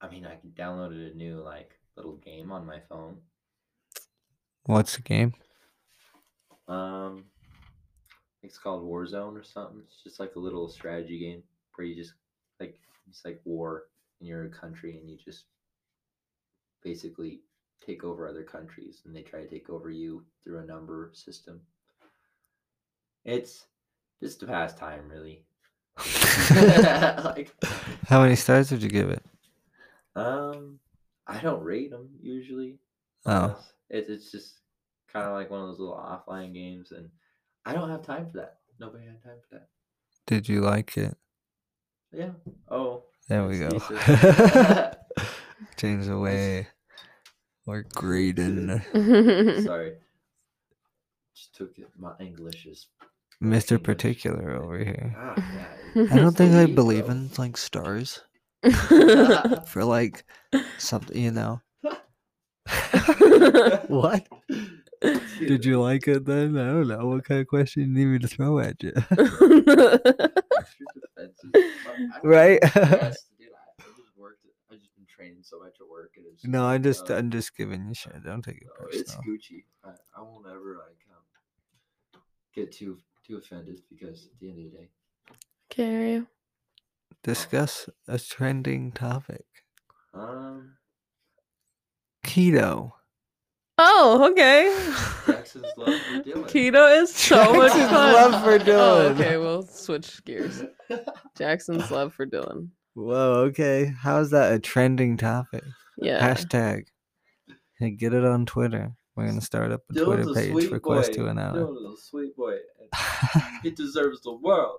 I mean I downloaded a new like little game on my phone.
What's the game? <laughs>
Um, it's called Warzone or something. It's just like a little strategy game where you just like it's like war in your country, and you just basically take over other countries, and they try to take over you through a number system. It's just to pass time, really. <laughs> like,
How many stars did you give it?
um, I don't rate them usually.
Oh,
It's it's just kind of like one of those little offline games, and I don't have time for that. Nobody had time for that.
did you like it?
Yeah. Oh.
There we go.
that's decent.
<laughs> Change the way we're grading. <laughs>
<laughs> Sorry. Just took it. My English is.
Mr.
English.
Particular over
<laughs>
here. <laughs>
Ah,
I
yeah,
I don't think I
Believe, bro.
believe in like stars for like something, you
<laughs>
know. <laughs> What? Did
Dude,
you like it then? I don't know. What kind of question you need me to throw at you? <laughs>
extra defensive. Fuck, I'm
Right? <laughs>
stressed, dude. I, I just worked. I've just been training so much at work. And it's just
no, I'm just
Uh,
I'm just giving you shit. Don't take it
No, it's
personal.
Gucci. I, I won't ever like um, get too too offended because at the end of the day,
<laughs> Carry.
Discuss a trending topic.
um,
Keto.
Oh, okay. <laughs>
Jackson's love
<laughs>
for Dylan. <laughs>
Keto is so much
Jackson's
fun.
love for
Oh,
Dylan.
okay, we'll switch gears. Jackson's love for Dylan.
Whoa, okay. How is that a trending topic?
Yeah.
Hashtag. Hey, get it on Twitter. We're gonna start up a
Dylan's
Twitter
a
page
sweet
request
boy.
to an hour.
Dylan's a sweet boy. and He deserves the world.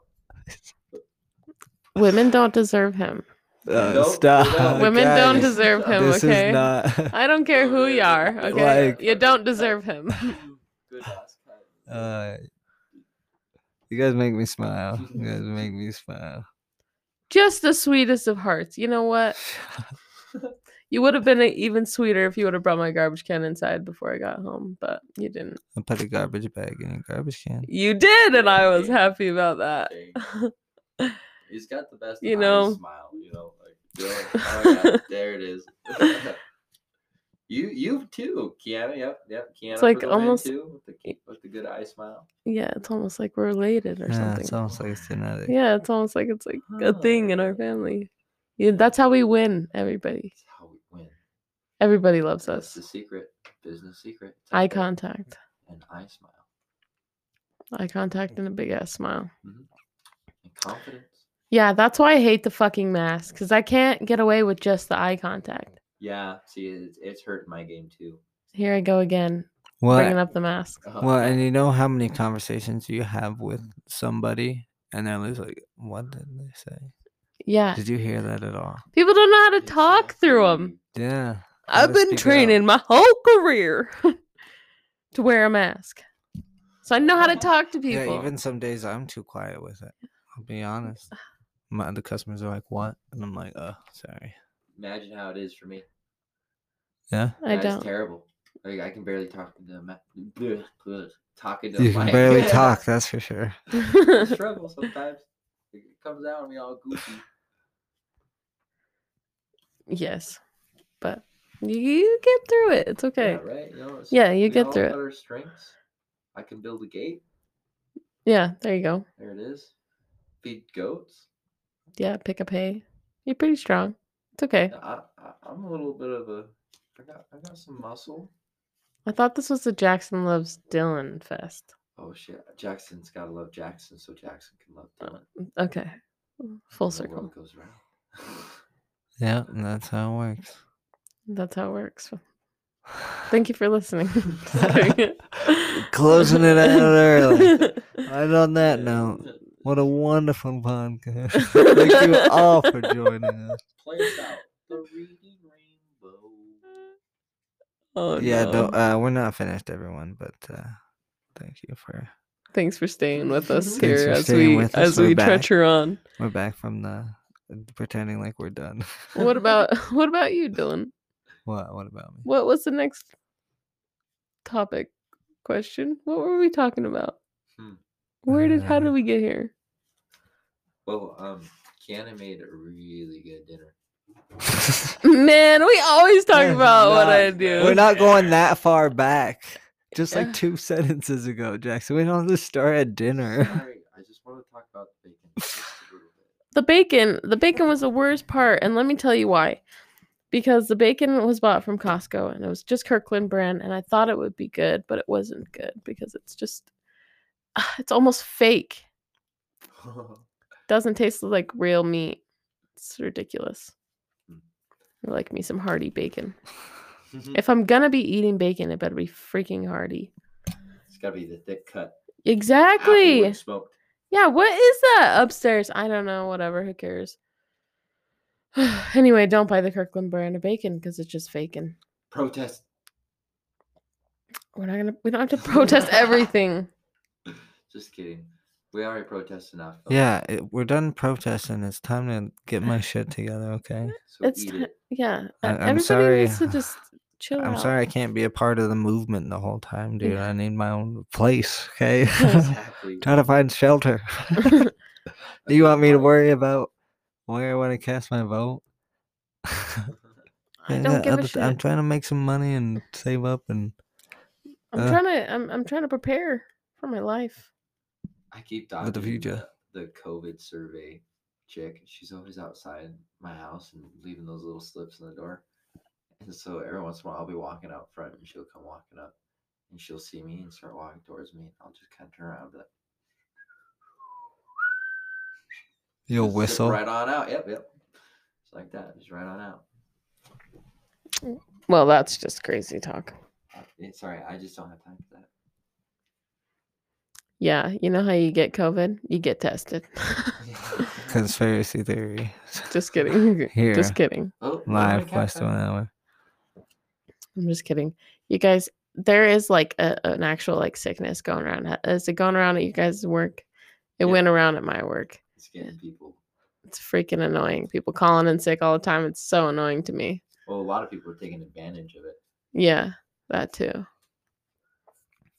Women don't deserve him.
<laughs> Uh,
Nope,
stop. <laughs>
no.
Women don't
guys.
deserve him,
This
okay?
is
<laughs>
not.
I don't care who you are, okay?
Like-
you don't deserve him.
<laughs> Good ass cut.
<laughs>
Uh, you guys make me smile. You guys make me smile.
Just the sweetest of hearts. You know what? You would have been even sweeter if you would have brought my garbage can inside before I got home, but you didn't.
<laughs> I put a garbage bag in a garbage can.
You did, and I was
Yeah.
happy about that. <laughs>
Dang. He's got the best
You
eye
know.
smile, you know. Like, Dylan, oh
<laughs>
yeah, there it is. <laughs> you you too, Kiana. Yep, yep. Kiana for
like
the win,
almost-
too, with the, ki- with the good eye smile.
Yeah, it's almost like we're related or
Yeah,
something.
it's almost like it's genetic.
yeah, it's almost like it's like a
Ah.
thing in our family. Yeah, that's how we win. Everybody,
That's how we win.
everybody loves
That's
us.
the secret, business secret. It's out
Eye
there.
contact,
and eye smile.
eye contact, and a big ass smile.
Confidence.
Yeah, that's why I hate the fucking mask because I can't get away with just the eye contact.
Yeah, see, it's, it's hurting my game too.
Here I go again, bringing
Well,
up the mask.
Ugh. <laughs>
well, and you know how many conversations you have with somebody, and they're just like, "What did they say?
Yeah,
Did you hear that at all?"
people don't know how to talk through them.
Exactly.
Yeah. Gotta
I've been
speak it
training my whole career <laughs> to wear a mask, so I know how to talk to people.
Yeah, even some days I'm too quiet with it. I'll be
<sighs>
honest. My the customers are like, "What?" and I'm like, "Oh, sorry."
Imagine how it is for me.
Yeah.
I
That is
don't.
terrible. Like I can barely talk to them. <laughs> Talking to
You
the
can
mic. <laughs>
barely talk, that's for sure.
<laughs>
<laughs>
I struggle sometimes. It comes out on me all goofy.
yes, but you, you get through it. It's okay.
Yeah, right. You know, it's-
Yeah, you
we
get
all
through it.
got Our strengths. I can build a gate.
Yeah, there you go.
There it is. Feed goats.
Yeah, pick up hay. You're pretty strong. It's okay.
Yeah, I, I, I'm a little bit of a. I got I got some muscle.
I thought this was the Jackson Loves Dylan Fest.
Oh shit! Jackson's gotta love Jackson, so Jackson can love Dylan.
Okay. Full
And the
circle.
world goes round.
Yeah, and that's how it works.
That's how it works. Thank you for
<laughs>
listening. <laughs>
Closing it out <laughs> early. And on <laughs> that
Yeah.
note,
<laughs>
what a wonderful podcast. <laughs> Thank you all for joining <laughs> us.
Play us out. The reading rainbow.
<laughs> Oh,
yeah,
no.
don't, uh, we're not finished, everyone, but uh, thank you for.
Thanks for staying with us
Thanks
here
for
as
staying
we
with us.
as
We're
we
back.
treacher on.
We're back from the pretending like we're done.
What about <laughs> what about you, Dylan?
<laughs> what? What about me?
What was the next topic question? What were we talking about?
Hmm.
Where did how
Uh, <laughs>
did we get here? <laughs>
Well, um, Kiana made a really good dinner.
Man, we always talk
We're
about what I
not- <laughs>
do.
We're not going that far back. Just
Yeah.
like two sentences ago, Jackson. We don't have to start at dinner.
Sorry, I just want to talk about
<laughs>
the bacon just a little bit.
the bacon the bacon was the worst part and let me tell you why because the bacon was bought from costco and it was just kirkland brand and i thought it would be good but it wasn't good because it's just <sighs> it's almost fake doesn't taste like real meat it's ridiculous
Mm.
I like me some hearty bacon if i'm gonna be eating bacon it better be freaking hearty
<laughs> it's gotta be the thick cut.
exactly
Applewood smoked.
Yeah, what is that upstairs? I don't know. Whatever. Who cares? <sighs> anyway, don't buy the Kirkland brand of bacon because it's just faking.
Protest. <laughs>
We're not gonna. We don't have to
<laughs>
protest everything.
Just kidding. We already protest enough. though,
Yeah, it, we're done protesting. It's time to get
<laughs>
my shit together, okay?
So
it's
eat
<laughs>
ti-
it.
yeah. e-
I- I'm
everybody
sorry. <sighs>
needs to just chill
I'm
out. <laughs>
sorry I can't be a part of the movement the whole time, dude. I need my own place,
<laughs>
okay? <laughs>
Exactly.
Trying to find shelter. Do you want me to worry about where I want to cast my vote? <laughs>
I
<laughs> Yeah,
don't give
I'll
a
just-
shit.
I'm trying to make some money and save up and
I'm
uh,
trying to. I'm. I'm trying to prepare for my life.
I keep
With the
dodging
future.
The, the COVID survey chick. She's always outside my house and leaving those little slips in the door. And so every once in a while, I'll be walking out front and she'll come walking up and she'll see me and start walking towards me. And I'll just kind of turn around and be like,
you'll
"Just zip
whistle.
Right on out. Yep, yep. It's like that. Just right on out.
Well, that's just crazy talk.
I- eh, Sorry, I just don't have time for that.
Yeah, you know how you get COVID? You get tested. <laughs>
Conspiracy theory. <laughs>
just kidding.
Here.
Just kidding.
Oh,
Live quest one hour.
I'm just kidding. You guys, there is like a, an actual like sickness going around. Ha- Is it going around at you guys' work? It
Yeah.
went around at my work.
It's getting people.
It's freaking annoying. People calling in sick all the time. It's so annoying to me.
Well, a lot of people are taking advantage of it.
Yeah, that too.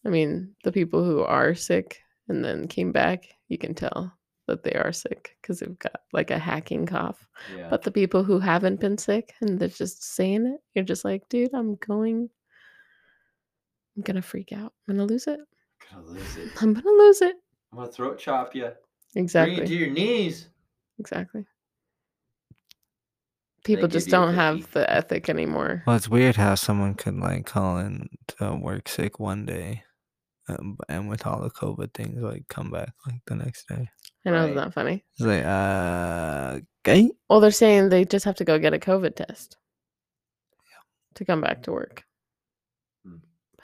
I mean, the people who are sick and then came back, you can tell that they are sick because they've got like a hacking cough.
Yeah.
But the people who haven't been sick and they're just saying it, you're just like, dude, I'm going, I'm gonna freak out. I'm gonna lose it. <laughs>
I'm gonna lose it.
I'm gonna lose it.
I'm gonna throat chop you. Bring you to
Exactly.
your knees.
Exactly. People
give
just
you a
don't have
50.
the ethic anymore.
Well, it's weird how someone could like call in to work sick one day um, and with all the COVID things, like come back like the next day.
I know, isn't
Right.
that funny?
It's like, uh, okay.
Well, they're saying they just have to go get a COVID test to come
Mm.
back to work.
Hmm.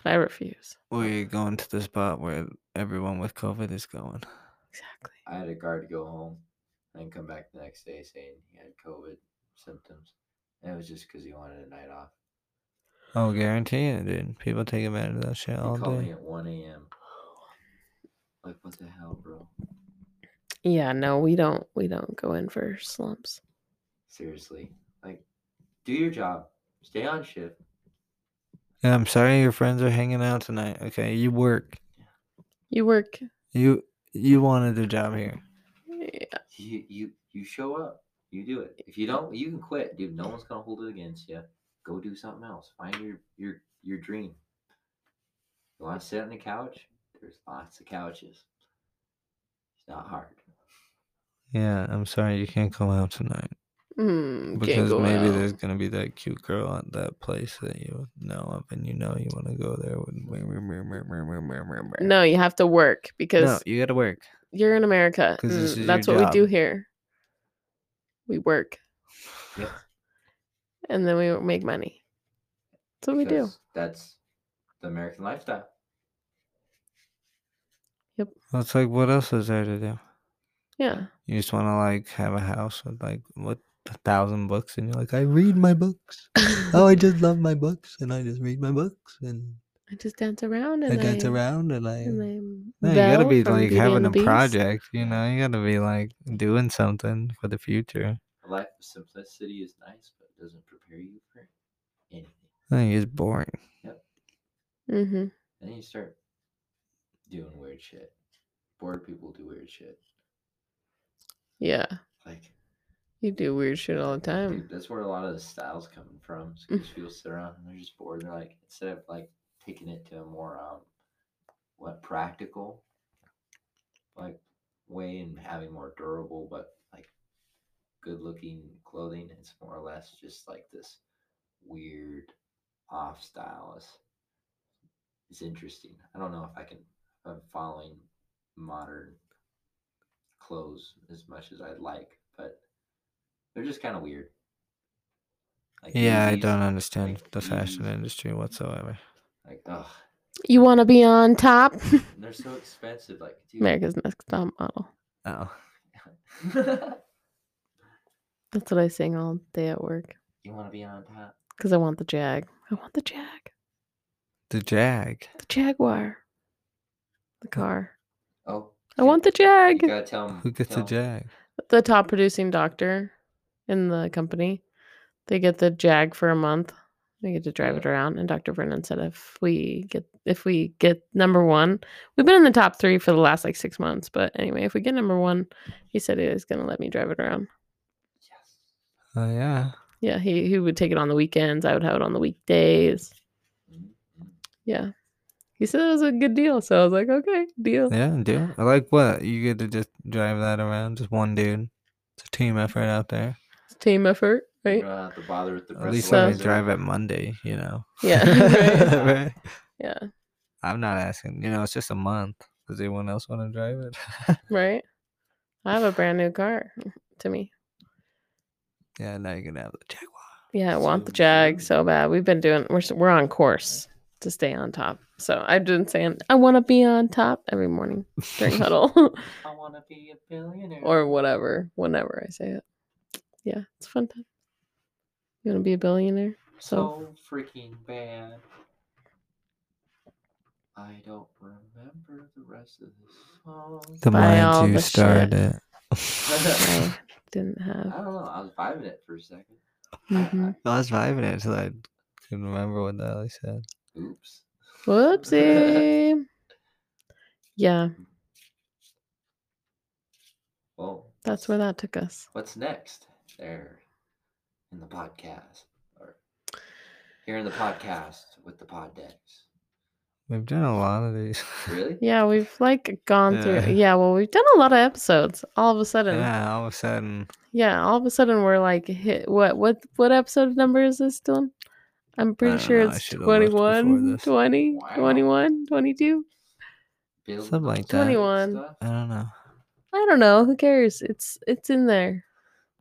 But I refuse.
We're going to the spot where everyone with COVID is going.
Exactly.
I had a guard go home and come back the next day saying he had COVID symptoms. And it was just because he wanted a night off.
Oh, guarantee it, dude. People take advantage of that shit all
He called me
day.
at 1 a.m. Like, what the hell, bro?
Yeah, no, we don't we don't go in for slumps.
Seriously. Like, do your job. Stay on shift.
Yeah, I'm sorry your friends are hanging out tonight. Okay, you work.
You work
You you wanted the job here.
yeah,
You you you show up. You do it. If you don't, you can quit, dude. No one's gonna hold it against you. Go do something else. Find your your your dream. You want to sit on the couch? There's lots of couches. It's not hard.
Yeah, I'm sorry you can't come out tonight
mm,
because maybe there's
there's
gonna be that cute girl at that place that you know of, and you know you want to go there. With...
no, you have to work because
no, you gotta work.
you're in America.
'Cause this
and
is your
that's what we do
job.
here. We work.
Yeah.
And then we make money. That's what we do.
because That's the American lifestyle.
That's like what else is there to do?
Yeah. <laughs>
You just want to like have a house with like what a thousand books, and you're like, I read my books. Oh, I just love my books, and I just read my books, and
I just dance around and
I dance around, and I.
And
No, you
I'm
gotta
Belle
be
from
like
Beauty and
having
the
a
Beast.
project, you know. You gotta be like doing something for the future.
A life of simplicity is nice, but it doesn't prepare you for anything.
I think it's boring.
Mm-hmm.
And then you start doing weird shit. Bored people do weird shit.
Yeah.
Like
You do weird shit all the
Mm.
Dude,
time.
that's where a lot of the styles coming from. Because people sit around and they're just bored. They're like, instead of like taking it to a more um, what practical, like way and having more durable but like good looking clothing, it's more or less just like this weird off style. Is it's interesting. I don't know if I can. If I'm following modern clothes as much as I'd like, but they're just kind of weird. Like
Yeah, I
Yeezys,
don't understand
like
the fashion
Yeezys.
industry whatsoever.
Like, ugh,
You want to be on top? <laughs>
and they're so expensive. Like, dude.
America's Next Top Model.
Oh,
<laughs>
That's what I sing all day at work
you want to be on top?
because I want the Jag. I want the Jag.
the Jag.
The Jaguar. The car.
Oh,
I want the
You
Jag.
gotta tell 'em-
<laughs>
Who gets a
tell 'em.
Jag?
The top producing doctor in the company. They get the Jag for a month. We get to drive it around. And Dr. Vernon said if we get if we get number one, we've been in the top three for the last like six months. But anyway, if we get number one, he said he was gonna let me drive it around.
Yes.
Oh yeah.
<laughs> Yeah, he he would take it on the weekends. I would have it on the weekdays.
Mm, mm.
Yeah. He said it was a good deal. So I was like, okay, deal.
Yeah, dude. I like what you get to just drive that around, just one dude. It's a team effort out there.
It's a team effort,
You
right?
don't have to bother with the
At
rest
least
of
let me
us.
drive it Monday, you know.
<laughs> Yeah. right.
<laughs> Right?
Yeah.
I'm not asking. You know, it's just a month. Does anyone else want to drive it? <laughs>
Right. I have a brand new car to me.
yeah, now you can have the Jaguar.
Yeah, I want the
So
Jag
true.
so bad. We've been doing we're s- we're on course to stay on top. So I've been saying I want to be on top every morning
<laughs>
during huddle <laughs>
I want to be a billionaire.
or whatever, whenever I say it. Yeah, it's a fun time. You want to be a billionaire? So
so freaking bad. I don't remember the rest of the song.
The
Buy all
mind
the
you
shit.
started it. <laughs>
I didn't have.
I don't know. I was vibing it for a second. <laughs>
Mhm.
I was vibing it until I couldn't remember what the hell I said.
Oops. <laughs>
Whoopsie. Yeah,
Well,
that's where that took us.
what's next there in the podcast or here in the podcast with the pod decks.
We've done a lot of these.
Really?
Yeah, we've like gone
Yeah.
through. Yeah, well, we've done a lot of episodes all of a sudden.
<laughs>
<laughs>
yeah, all of a sudden.
Yeah, all of a sudden we're like, hit what what what episode number is this, Dylan? I'm pretty
don't
sure
know, I
it's
should've looked before
21,
this.
20,
Wow.
21, 22.
Bill
Something like that.
21.
stuff? <laughs>
I don't know.
I don't know. Who cares? It's it's in there.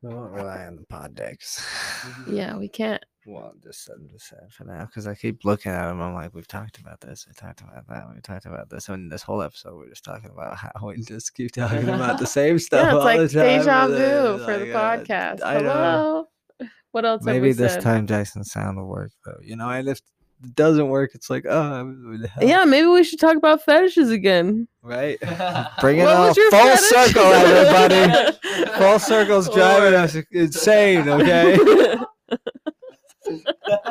We won't rely on the pod decks. <laughs>
Mm-hmm. Yeah, we can't.
Well, I'm just I'm just sad for now because I keep looking at them. I'm like, we've talked about this, we talked about that, we talked about this, and this whole episode we're just talking about how we just keep talking about <sighs>
<laughs>
the same stuff.
yeah, it's
all
like
the time,
deja
and then
vu for the
like, uh,
podcast.
I don't know.
Hello. <sighs> What else? have
Maybe
we
this
said?
time Jackson's sound will work though. You know, and if it doesn't work, it's like, oh,
Yeah, maybe we should talk about fetishes again.
right.
<laughs>
Bring it
What
all
was your
full
fetish?
circle, everybody.
<laughs>
full circle's driving
Lord.
us insane.
<laughs>
Okay, <laughs>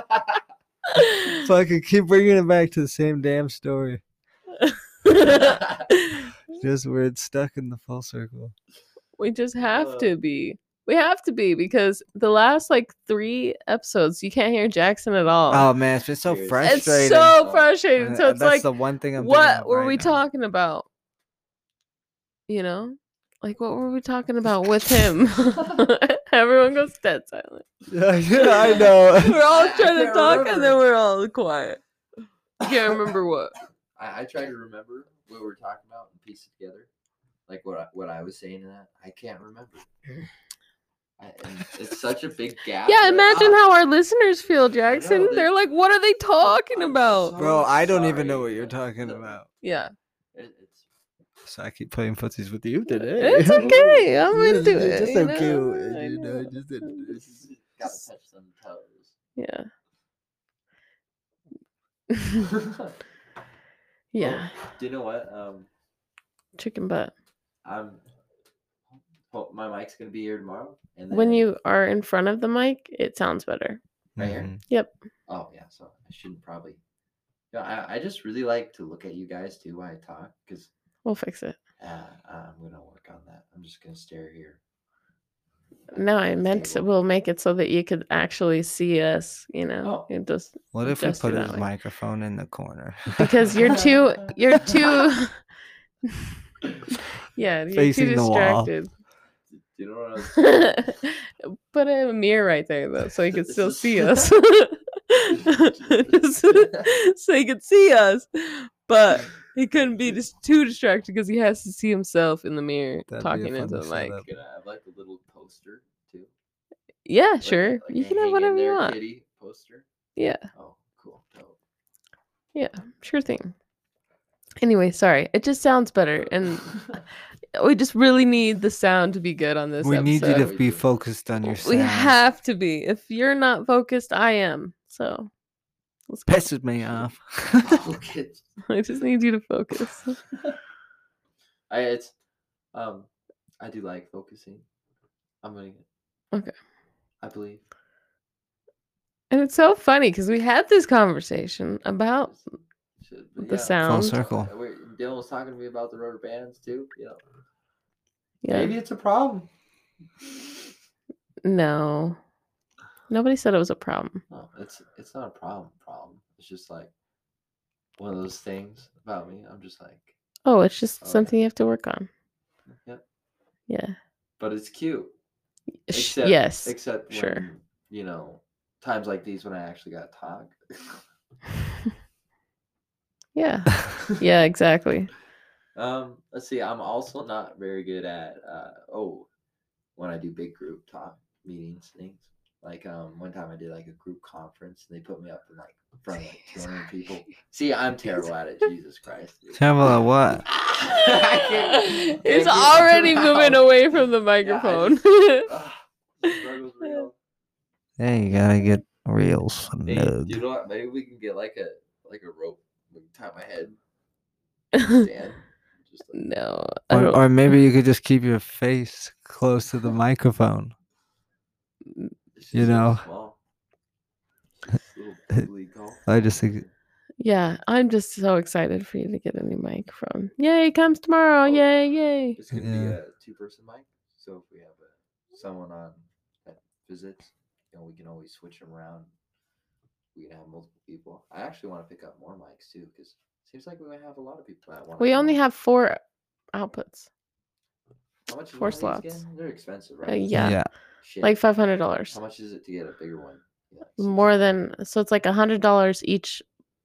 fucking keep bringing it back to the same damn story.
<laughs>
Just we're stuck in the full circle.
we just have
Uh.
to be. We have to be because the last like three episodes, you can't hear Jackson at all.
Oh man, it's just so
Seriously.
it's
frustrating.
so
frustrating.
frustrating.
Uh,
So it's
that's
like,
the one thing I'm. thinking
what
of
were
right
we
now.
talking about? You know, like what were we talking about with
<laughs>
him? <laughs> Everyone goes dead silent.
yeah, <laughs> I know.
We're all
I
trying to
can't
talk, and
remember.
then we're all quiet. I can't remember what.
I, I try to remember what we were talking about and piece it together, like what I, what I was saying. In that I can't remember. I, and it's such a
<laughs>
big gap.
Yeah,
that-
imagine
<laughs>
ah,
how our listeners feel, Jackson.
they-
They're like, what are they talking
I'm
about?
<laughs>
so
Bro, I don't even know
sorry.
what you're talking
No,
about.
Yeah,
it- it's
So I keep playing footsies with you today.
it's okay.
<laughs>
I'm
You're
into
just-
it.
Just
you
so
know?
cute.
I
and, You know,
know.
just it-
<laughs>
it's-
it's gotta touch some
Yeah. <laughs>
Oh.
toes.
<laughs>
<laughs> Oh,
yeah.
Do you know what? Um,
Chicken butt.
I'm. Hope my mic's gonna be here tomorrow. And
When
then-
you are in front of the mic, it sounds better.
Right here?
Mhm.
Oh yeah, so I shouldn't probably. No, I, I just really like to look at you guys too when I talk because
We'll fix it.
uh, I'm gonna work on that. I'm just gonna stare here.
No, I
at the
meant
table.
we'll make it so that you could actually see us. You know,
Oh.
<laughs>
it just
What if we
Just do
put
that
his
way.
microphone in the corner?
because
<laughs>
you're too, you're too. <laughs> yeah, you're
Facing
too
the wall.
distracted. <laughs>
Do you know what I was?
Put a mirror right there though, so you could still
<laughs>
see us. <laughs> Just so he could see us, but he couldn't be just too distracted because he has to see himself in the mirror
That'd be a
talking into
funny
the mic.
setup.
gonna have like a little poster too.
Yeah,
Like a-
sure.
like
you
a
can have
hang in
whatever you
there
want.
Kitty poster.
Yeah,
Oh, cool. dope.
yeah, sure thing. Anyway, sorry. It just sounds better,
<laughs>
and we just really need the sound to be good on this.
We need you
episode.
to
We
be
do.
focused on your
We
sound.
have to be. If you're not focused, I am. So let's go.
Pisses me off.
Oh, kids.
<laughs>
<laughs>
I just need you to focus.
I it's um I do like focusing. I'm gonna
Okay.
I believe.
And it's so funny because we had this conversation about
Just- should-
the
but yeah,
sound.
Full circle.
uh, wait, Dylan was talking to me about the rubber bands too. You know,
yeah.
maybe it's a problem.
No. Nobody said it was a problem.
No, it's it's not a problem. Problem. It's just like one of those things about me. I'm just like,
Oh, it's just
Oh, yeah.
something you have to work on.
yep.
Yeah.
But it's cute.
Sh-
Except,
yes.
Except
sure.
when, You know, times like these when I actually got to talk. <laughs>
yeah.
<laughs>
Yeah, exactly.
Um, let's see. I'm also not very good at uh oh, when I do big group talk meetings things. Like um, one time I did like a group conference and they put me up in like front of like
<laughs>
200 people. See, I'm terrible at it. Jesus Christ. dude.
Terrible at what?
<laughs> <laughs> I can't-
<laughs>
can't
it's
get
already
it
moving
out.
away from the
<laughs> Yeah, I
microphone.
just- Ugh, the struggle's
<laughs>
real.
Yeah, you gotta get real snug.
Hey, you know what? Maybe we can get like a like a rope, like, tie my
<laughs>
head, stand. Just like,
no. I
Or,
don't-
or maybe you could just keep your face close to the microphone.
it's
You
just so
know.
small. It's just
<laughs>
a little bubbly gulp.
I just think
yeah, I'm just so excited for you to get a new microphone. Yay, it comes tomorrow.
Oh.
Yay, yay.
It's gonna be
Yeah.
a two-person mic, so if we have uh someone on that visits, you know, we can always switch them around. We can have multiple people. I actually want to pick up more mics too, because seems like we might have a lot of people that want.
We only have four outputs.
How much is
four
one of these
slots.
again? They're expensive,
Uh,
right?
Yeah.
Shit.
Like five hundred dollars.
How much is it to get a bigger one? Yeah, like six-
More than so it's like a hundred dollars each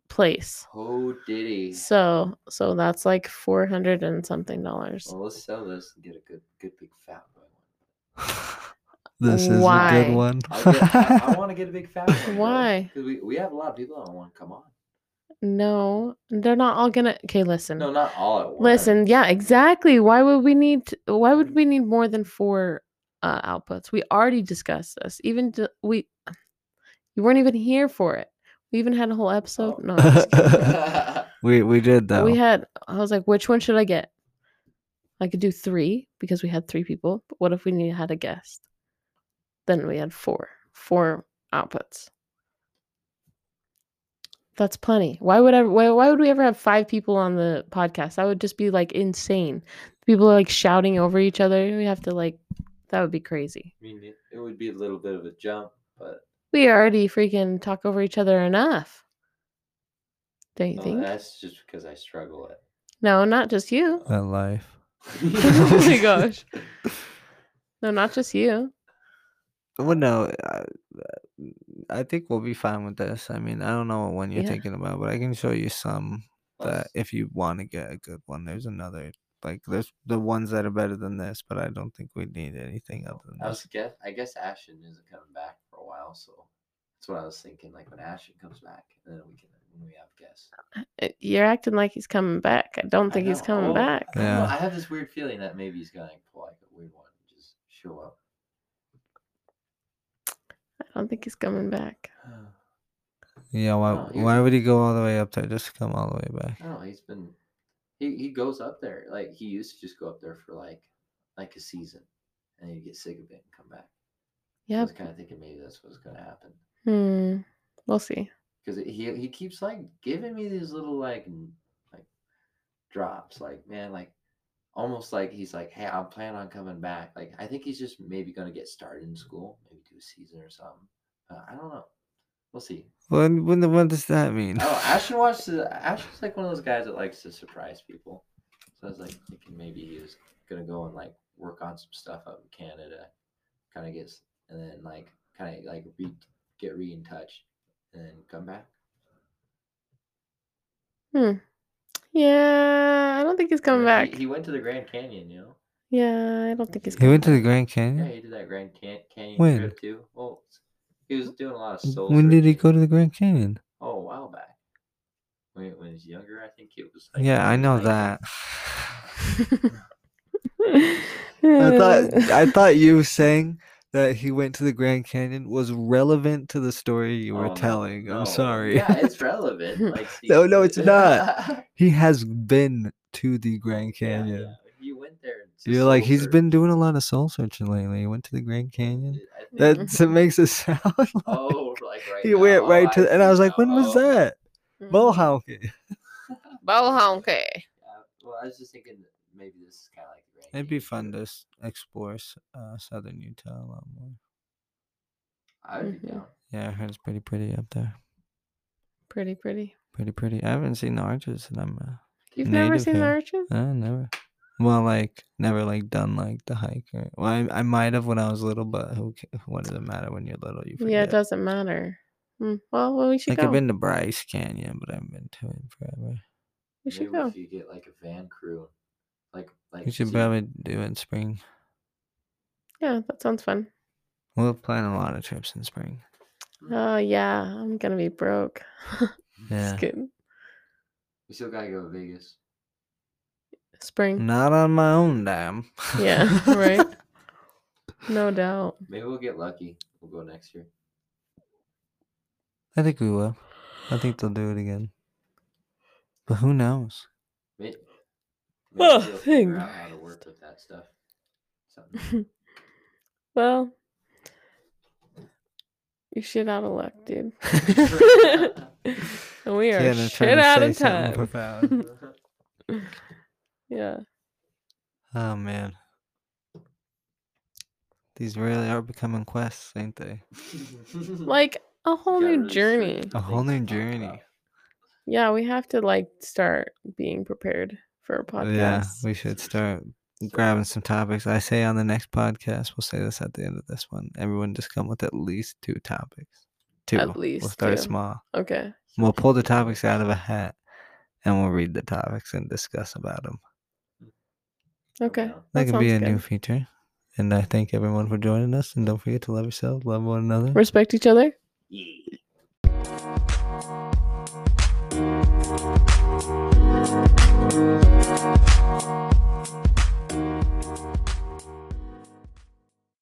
place.
Oh, diddy.
So so that's like four hundred and something dollars.
Well, let's sell this and get a good, good big fat one.
<laughs> this is a
Why?
good one.
I'll get- I,
<laughs>
want to get a big fat one. bro.
Why?
'Cause We, we have a lot of people that want to come on.
No, they're not all gonna. Okay, listen,
No, not all at once.
listen. Yeah, exactly. Why would we need? t- Why
Mm.
would we need more than four uh, outputs? We already discussed this. Even d- we, you weren't even here for it. We even had a whole episode.
Oh.
No, I'm just kidding.
<laughs> we we did though.
we had. I was like, which one should I get? I could do three because we had three people. But what if we need had a guest? Then we had four, four outputs. That's plenty. Why would I? Why, why would we ever have five people on the podcast? That would just be like insane. People are like shouting over each other. We have to like. That would be crazy.
I mean, it, it would be a little bit of a jump, but
We already freaking talk over each other enough. Don't you
no,
think?
uh, that's just because I struggle at. <laughs>
No, not just you.
That life.
<laughs> Oh my gosh. No, not just you.
Well, no, I, I think we'll be fine with this. I mean, I don't know what one you're
Yeah.
thinking about, but I can show you some that
Let's-
if you want to get a good one, there's another. Like there's the ones that are better than this, but I don't think we need anything other than
I was
this.
guess I guess Ashton isn't coming back for a while, so that's what I was thinking. Like when Ashton comes back, then we can when we have guests.
Uh, You're acting like he's coming back. I don't think he's
know, oh.
coming
well,
back.
I, don't know,
Yeah.
I have this weird feeling that maybe he's gonna like, pull like a weird one and just show up.
I don't think he's coming back.
Oh, Yeah, Oh. why?
No, you're-
why would he go all the way up there just to come all the way back?
No, he's been he, he goes up there. Like he used to just go up there for like like a season and he'd get sick of it and come back. So I
Yep.
was kinda thinking maybe that's what's gonna happen.
Hmm. We'll see.
Because he he keeps like giving me these little like n- like drops, like man, like almost like he's like, hey, I'm planning on coming back. Like I think he's just maybe gonna get started in school, maybe do a season or something. Uh, I don't know. We'll see.
When when the, what does that mean?
Oh, Ashton watched the Ashton's like one of those guys that likes to surprise people. So I was like thinking maybe he was gonna go and like work on some stuff up in Canada, kind of gets and then like kind of like re, get re in touch and then come back.
Yeah, I don't think he's coming
Yeah, he-
back.
He, went to the Grand Canyon, you know.
Yeah, I don't think he's
he
coming
went to the
back.
Grand
Yeah,
Canyon.
he did that Grand Can- Canyon
Hmm? When?
trip too. Well, he was doing a lot of soul.
when did he
searching.
go to the Grand Canyon?
Oh, a while back. When, when he was younger, I think it was. Like
yeah,
when
I
he was
know <laughs>
19.
that. I
<laughs> Yeah.
thought <laughs> I thought you saying that he went to the Grand Canyon was relevant to the story you
Oh,
were
no,
telling.
no.
I'm sorry.
Yeah,
<laughs>
it's relevant. Like, see-
No, no, it's not.
<laughs>
he
Yeah,
has been to the Grand
yeah,
Canyon.
He went there. and just
You're like
soul
he's
searched.
been doing a lot of soul searching lately. He went to the Grand Canyon.
I
<laughs>
think-
That's it makes it sound. Like
<laughs> oh, like right.
<laughs> he went
now. Oh,
right to, and I
see
was like,
now.
when was
Oh. <laughs>
that?
Mm.
Mm-hmm.
<laughs>
Mohawk.
Bohonky.
Yeah, well, I was just thinking that maybe this is kind of like. the Grand
It'd be
Canyon
fun
trip.
to s- explore s- uh, southern Utah a lot more.
I would be
Mhm.
down.
Yeah, I heard it's pretty pretty up there.
Pretty pretty.
Pretty pretty. I haven't seen the arches, and I'm uh,
You've never
Native
seen the
here.
arches?
uh, never. Well, like never like done like the hike. Or, well, I, I might have when I was little, but who? ca- What does it matter when you're little? You forget.
Yeah, it doesn't matter. Hmm. Well, well, we should
Like
go.
I've been to Bryce Canyon, but I haven't been to it in forever.
we should
Maybe
go.
If you get like a van crew, like like
We should
see-
probably do it in spring.
Yeah, that sounds fun.
We'll plan a lot of trips in spring.
Mm.
Oh yeah, I'm gonna be broke.
Yeah.
Just kidding.
We still gotta go to Vegas.
Spring.
Not on my own dime. <laughs>
Yeah, right.
Mm.
No doubt.
Maybe we'll get lucky. We'll go next year.
I think we will. I think they'll do it again. But who knows?
May- Maybe,
Oh,
we'll figure
thank
out how to work with that stuff.
<laughs>
Something.
Well, you're shit out of luck,
<laughs>
dude.
<laughs>
and we are
Tiana trying
shit
to
out
say
of
something
time. <laughs>
profound.
Yeah.
oh man. These really are becoming quests, ain't they?
<laughs> Like a whole
Gotta
new
really
journey.
search
A whole
things
new
to talk about.
journey.
Yeah, we have to like start being prepared for a
Yeah,
podcast.
we should start
So-
grabbing some topics. I say on the next podcast, we'll say this at the end of this one. Everyone just come with at least two topics. two. we'll
least
start
two.
small.
Okay.
We'll pull the topics out of a hat, and we'll read the topics and discuss about them.
Okay.
know?
That,
That, could be a
sounds
new
good.
feature. And I thank everyone for joining us. And don't forget to love yourself, love one another.
Respect each other.
Yeah.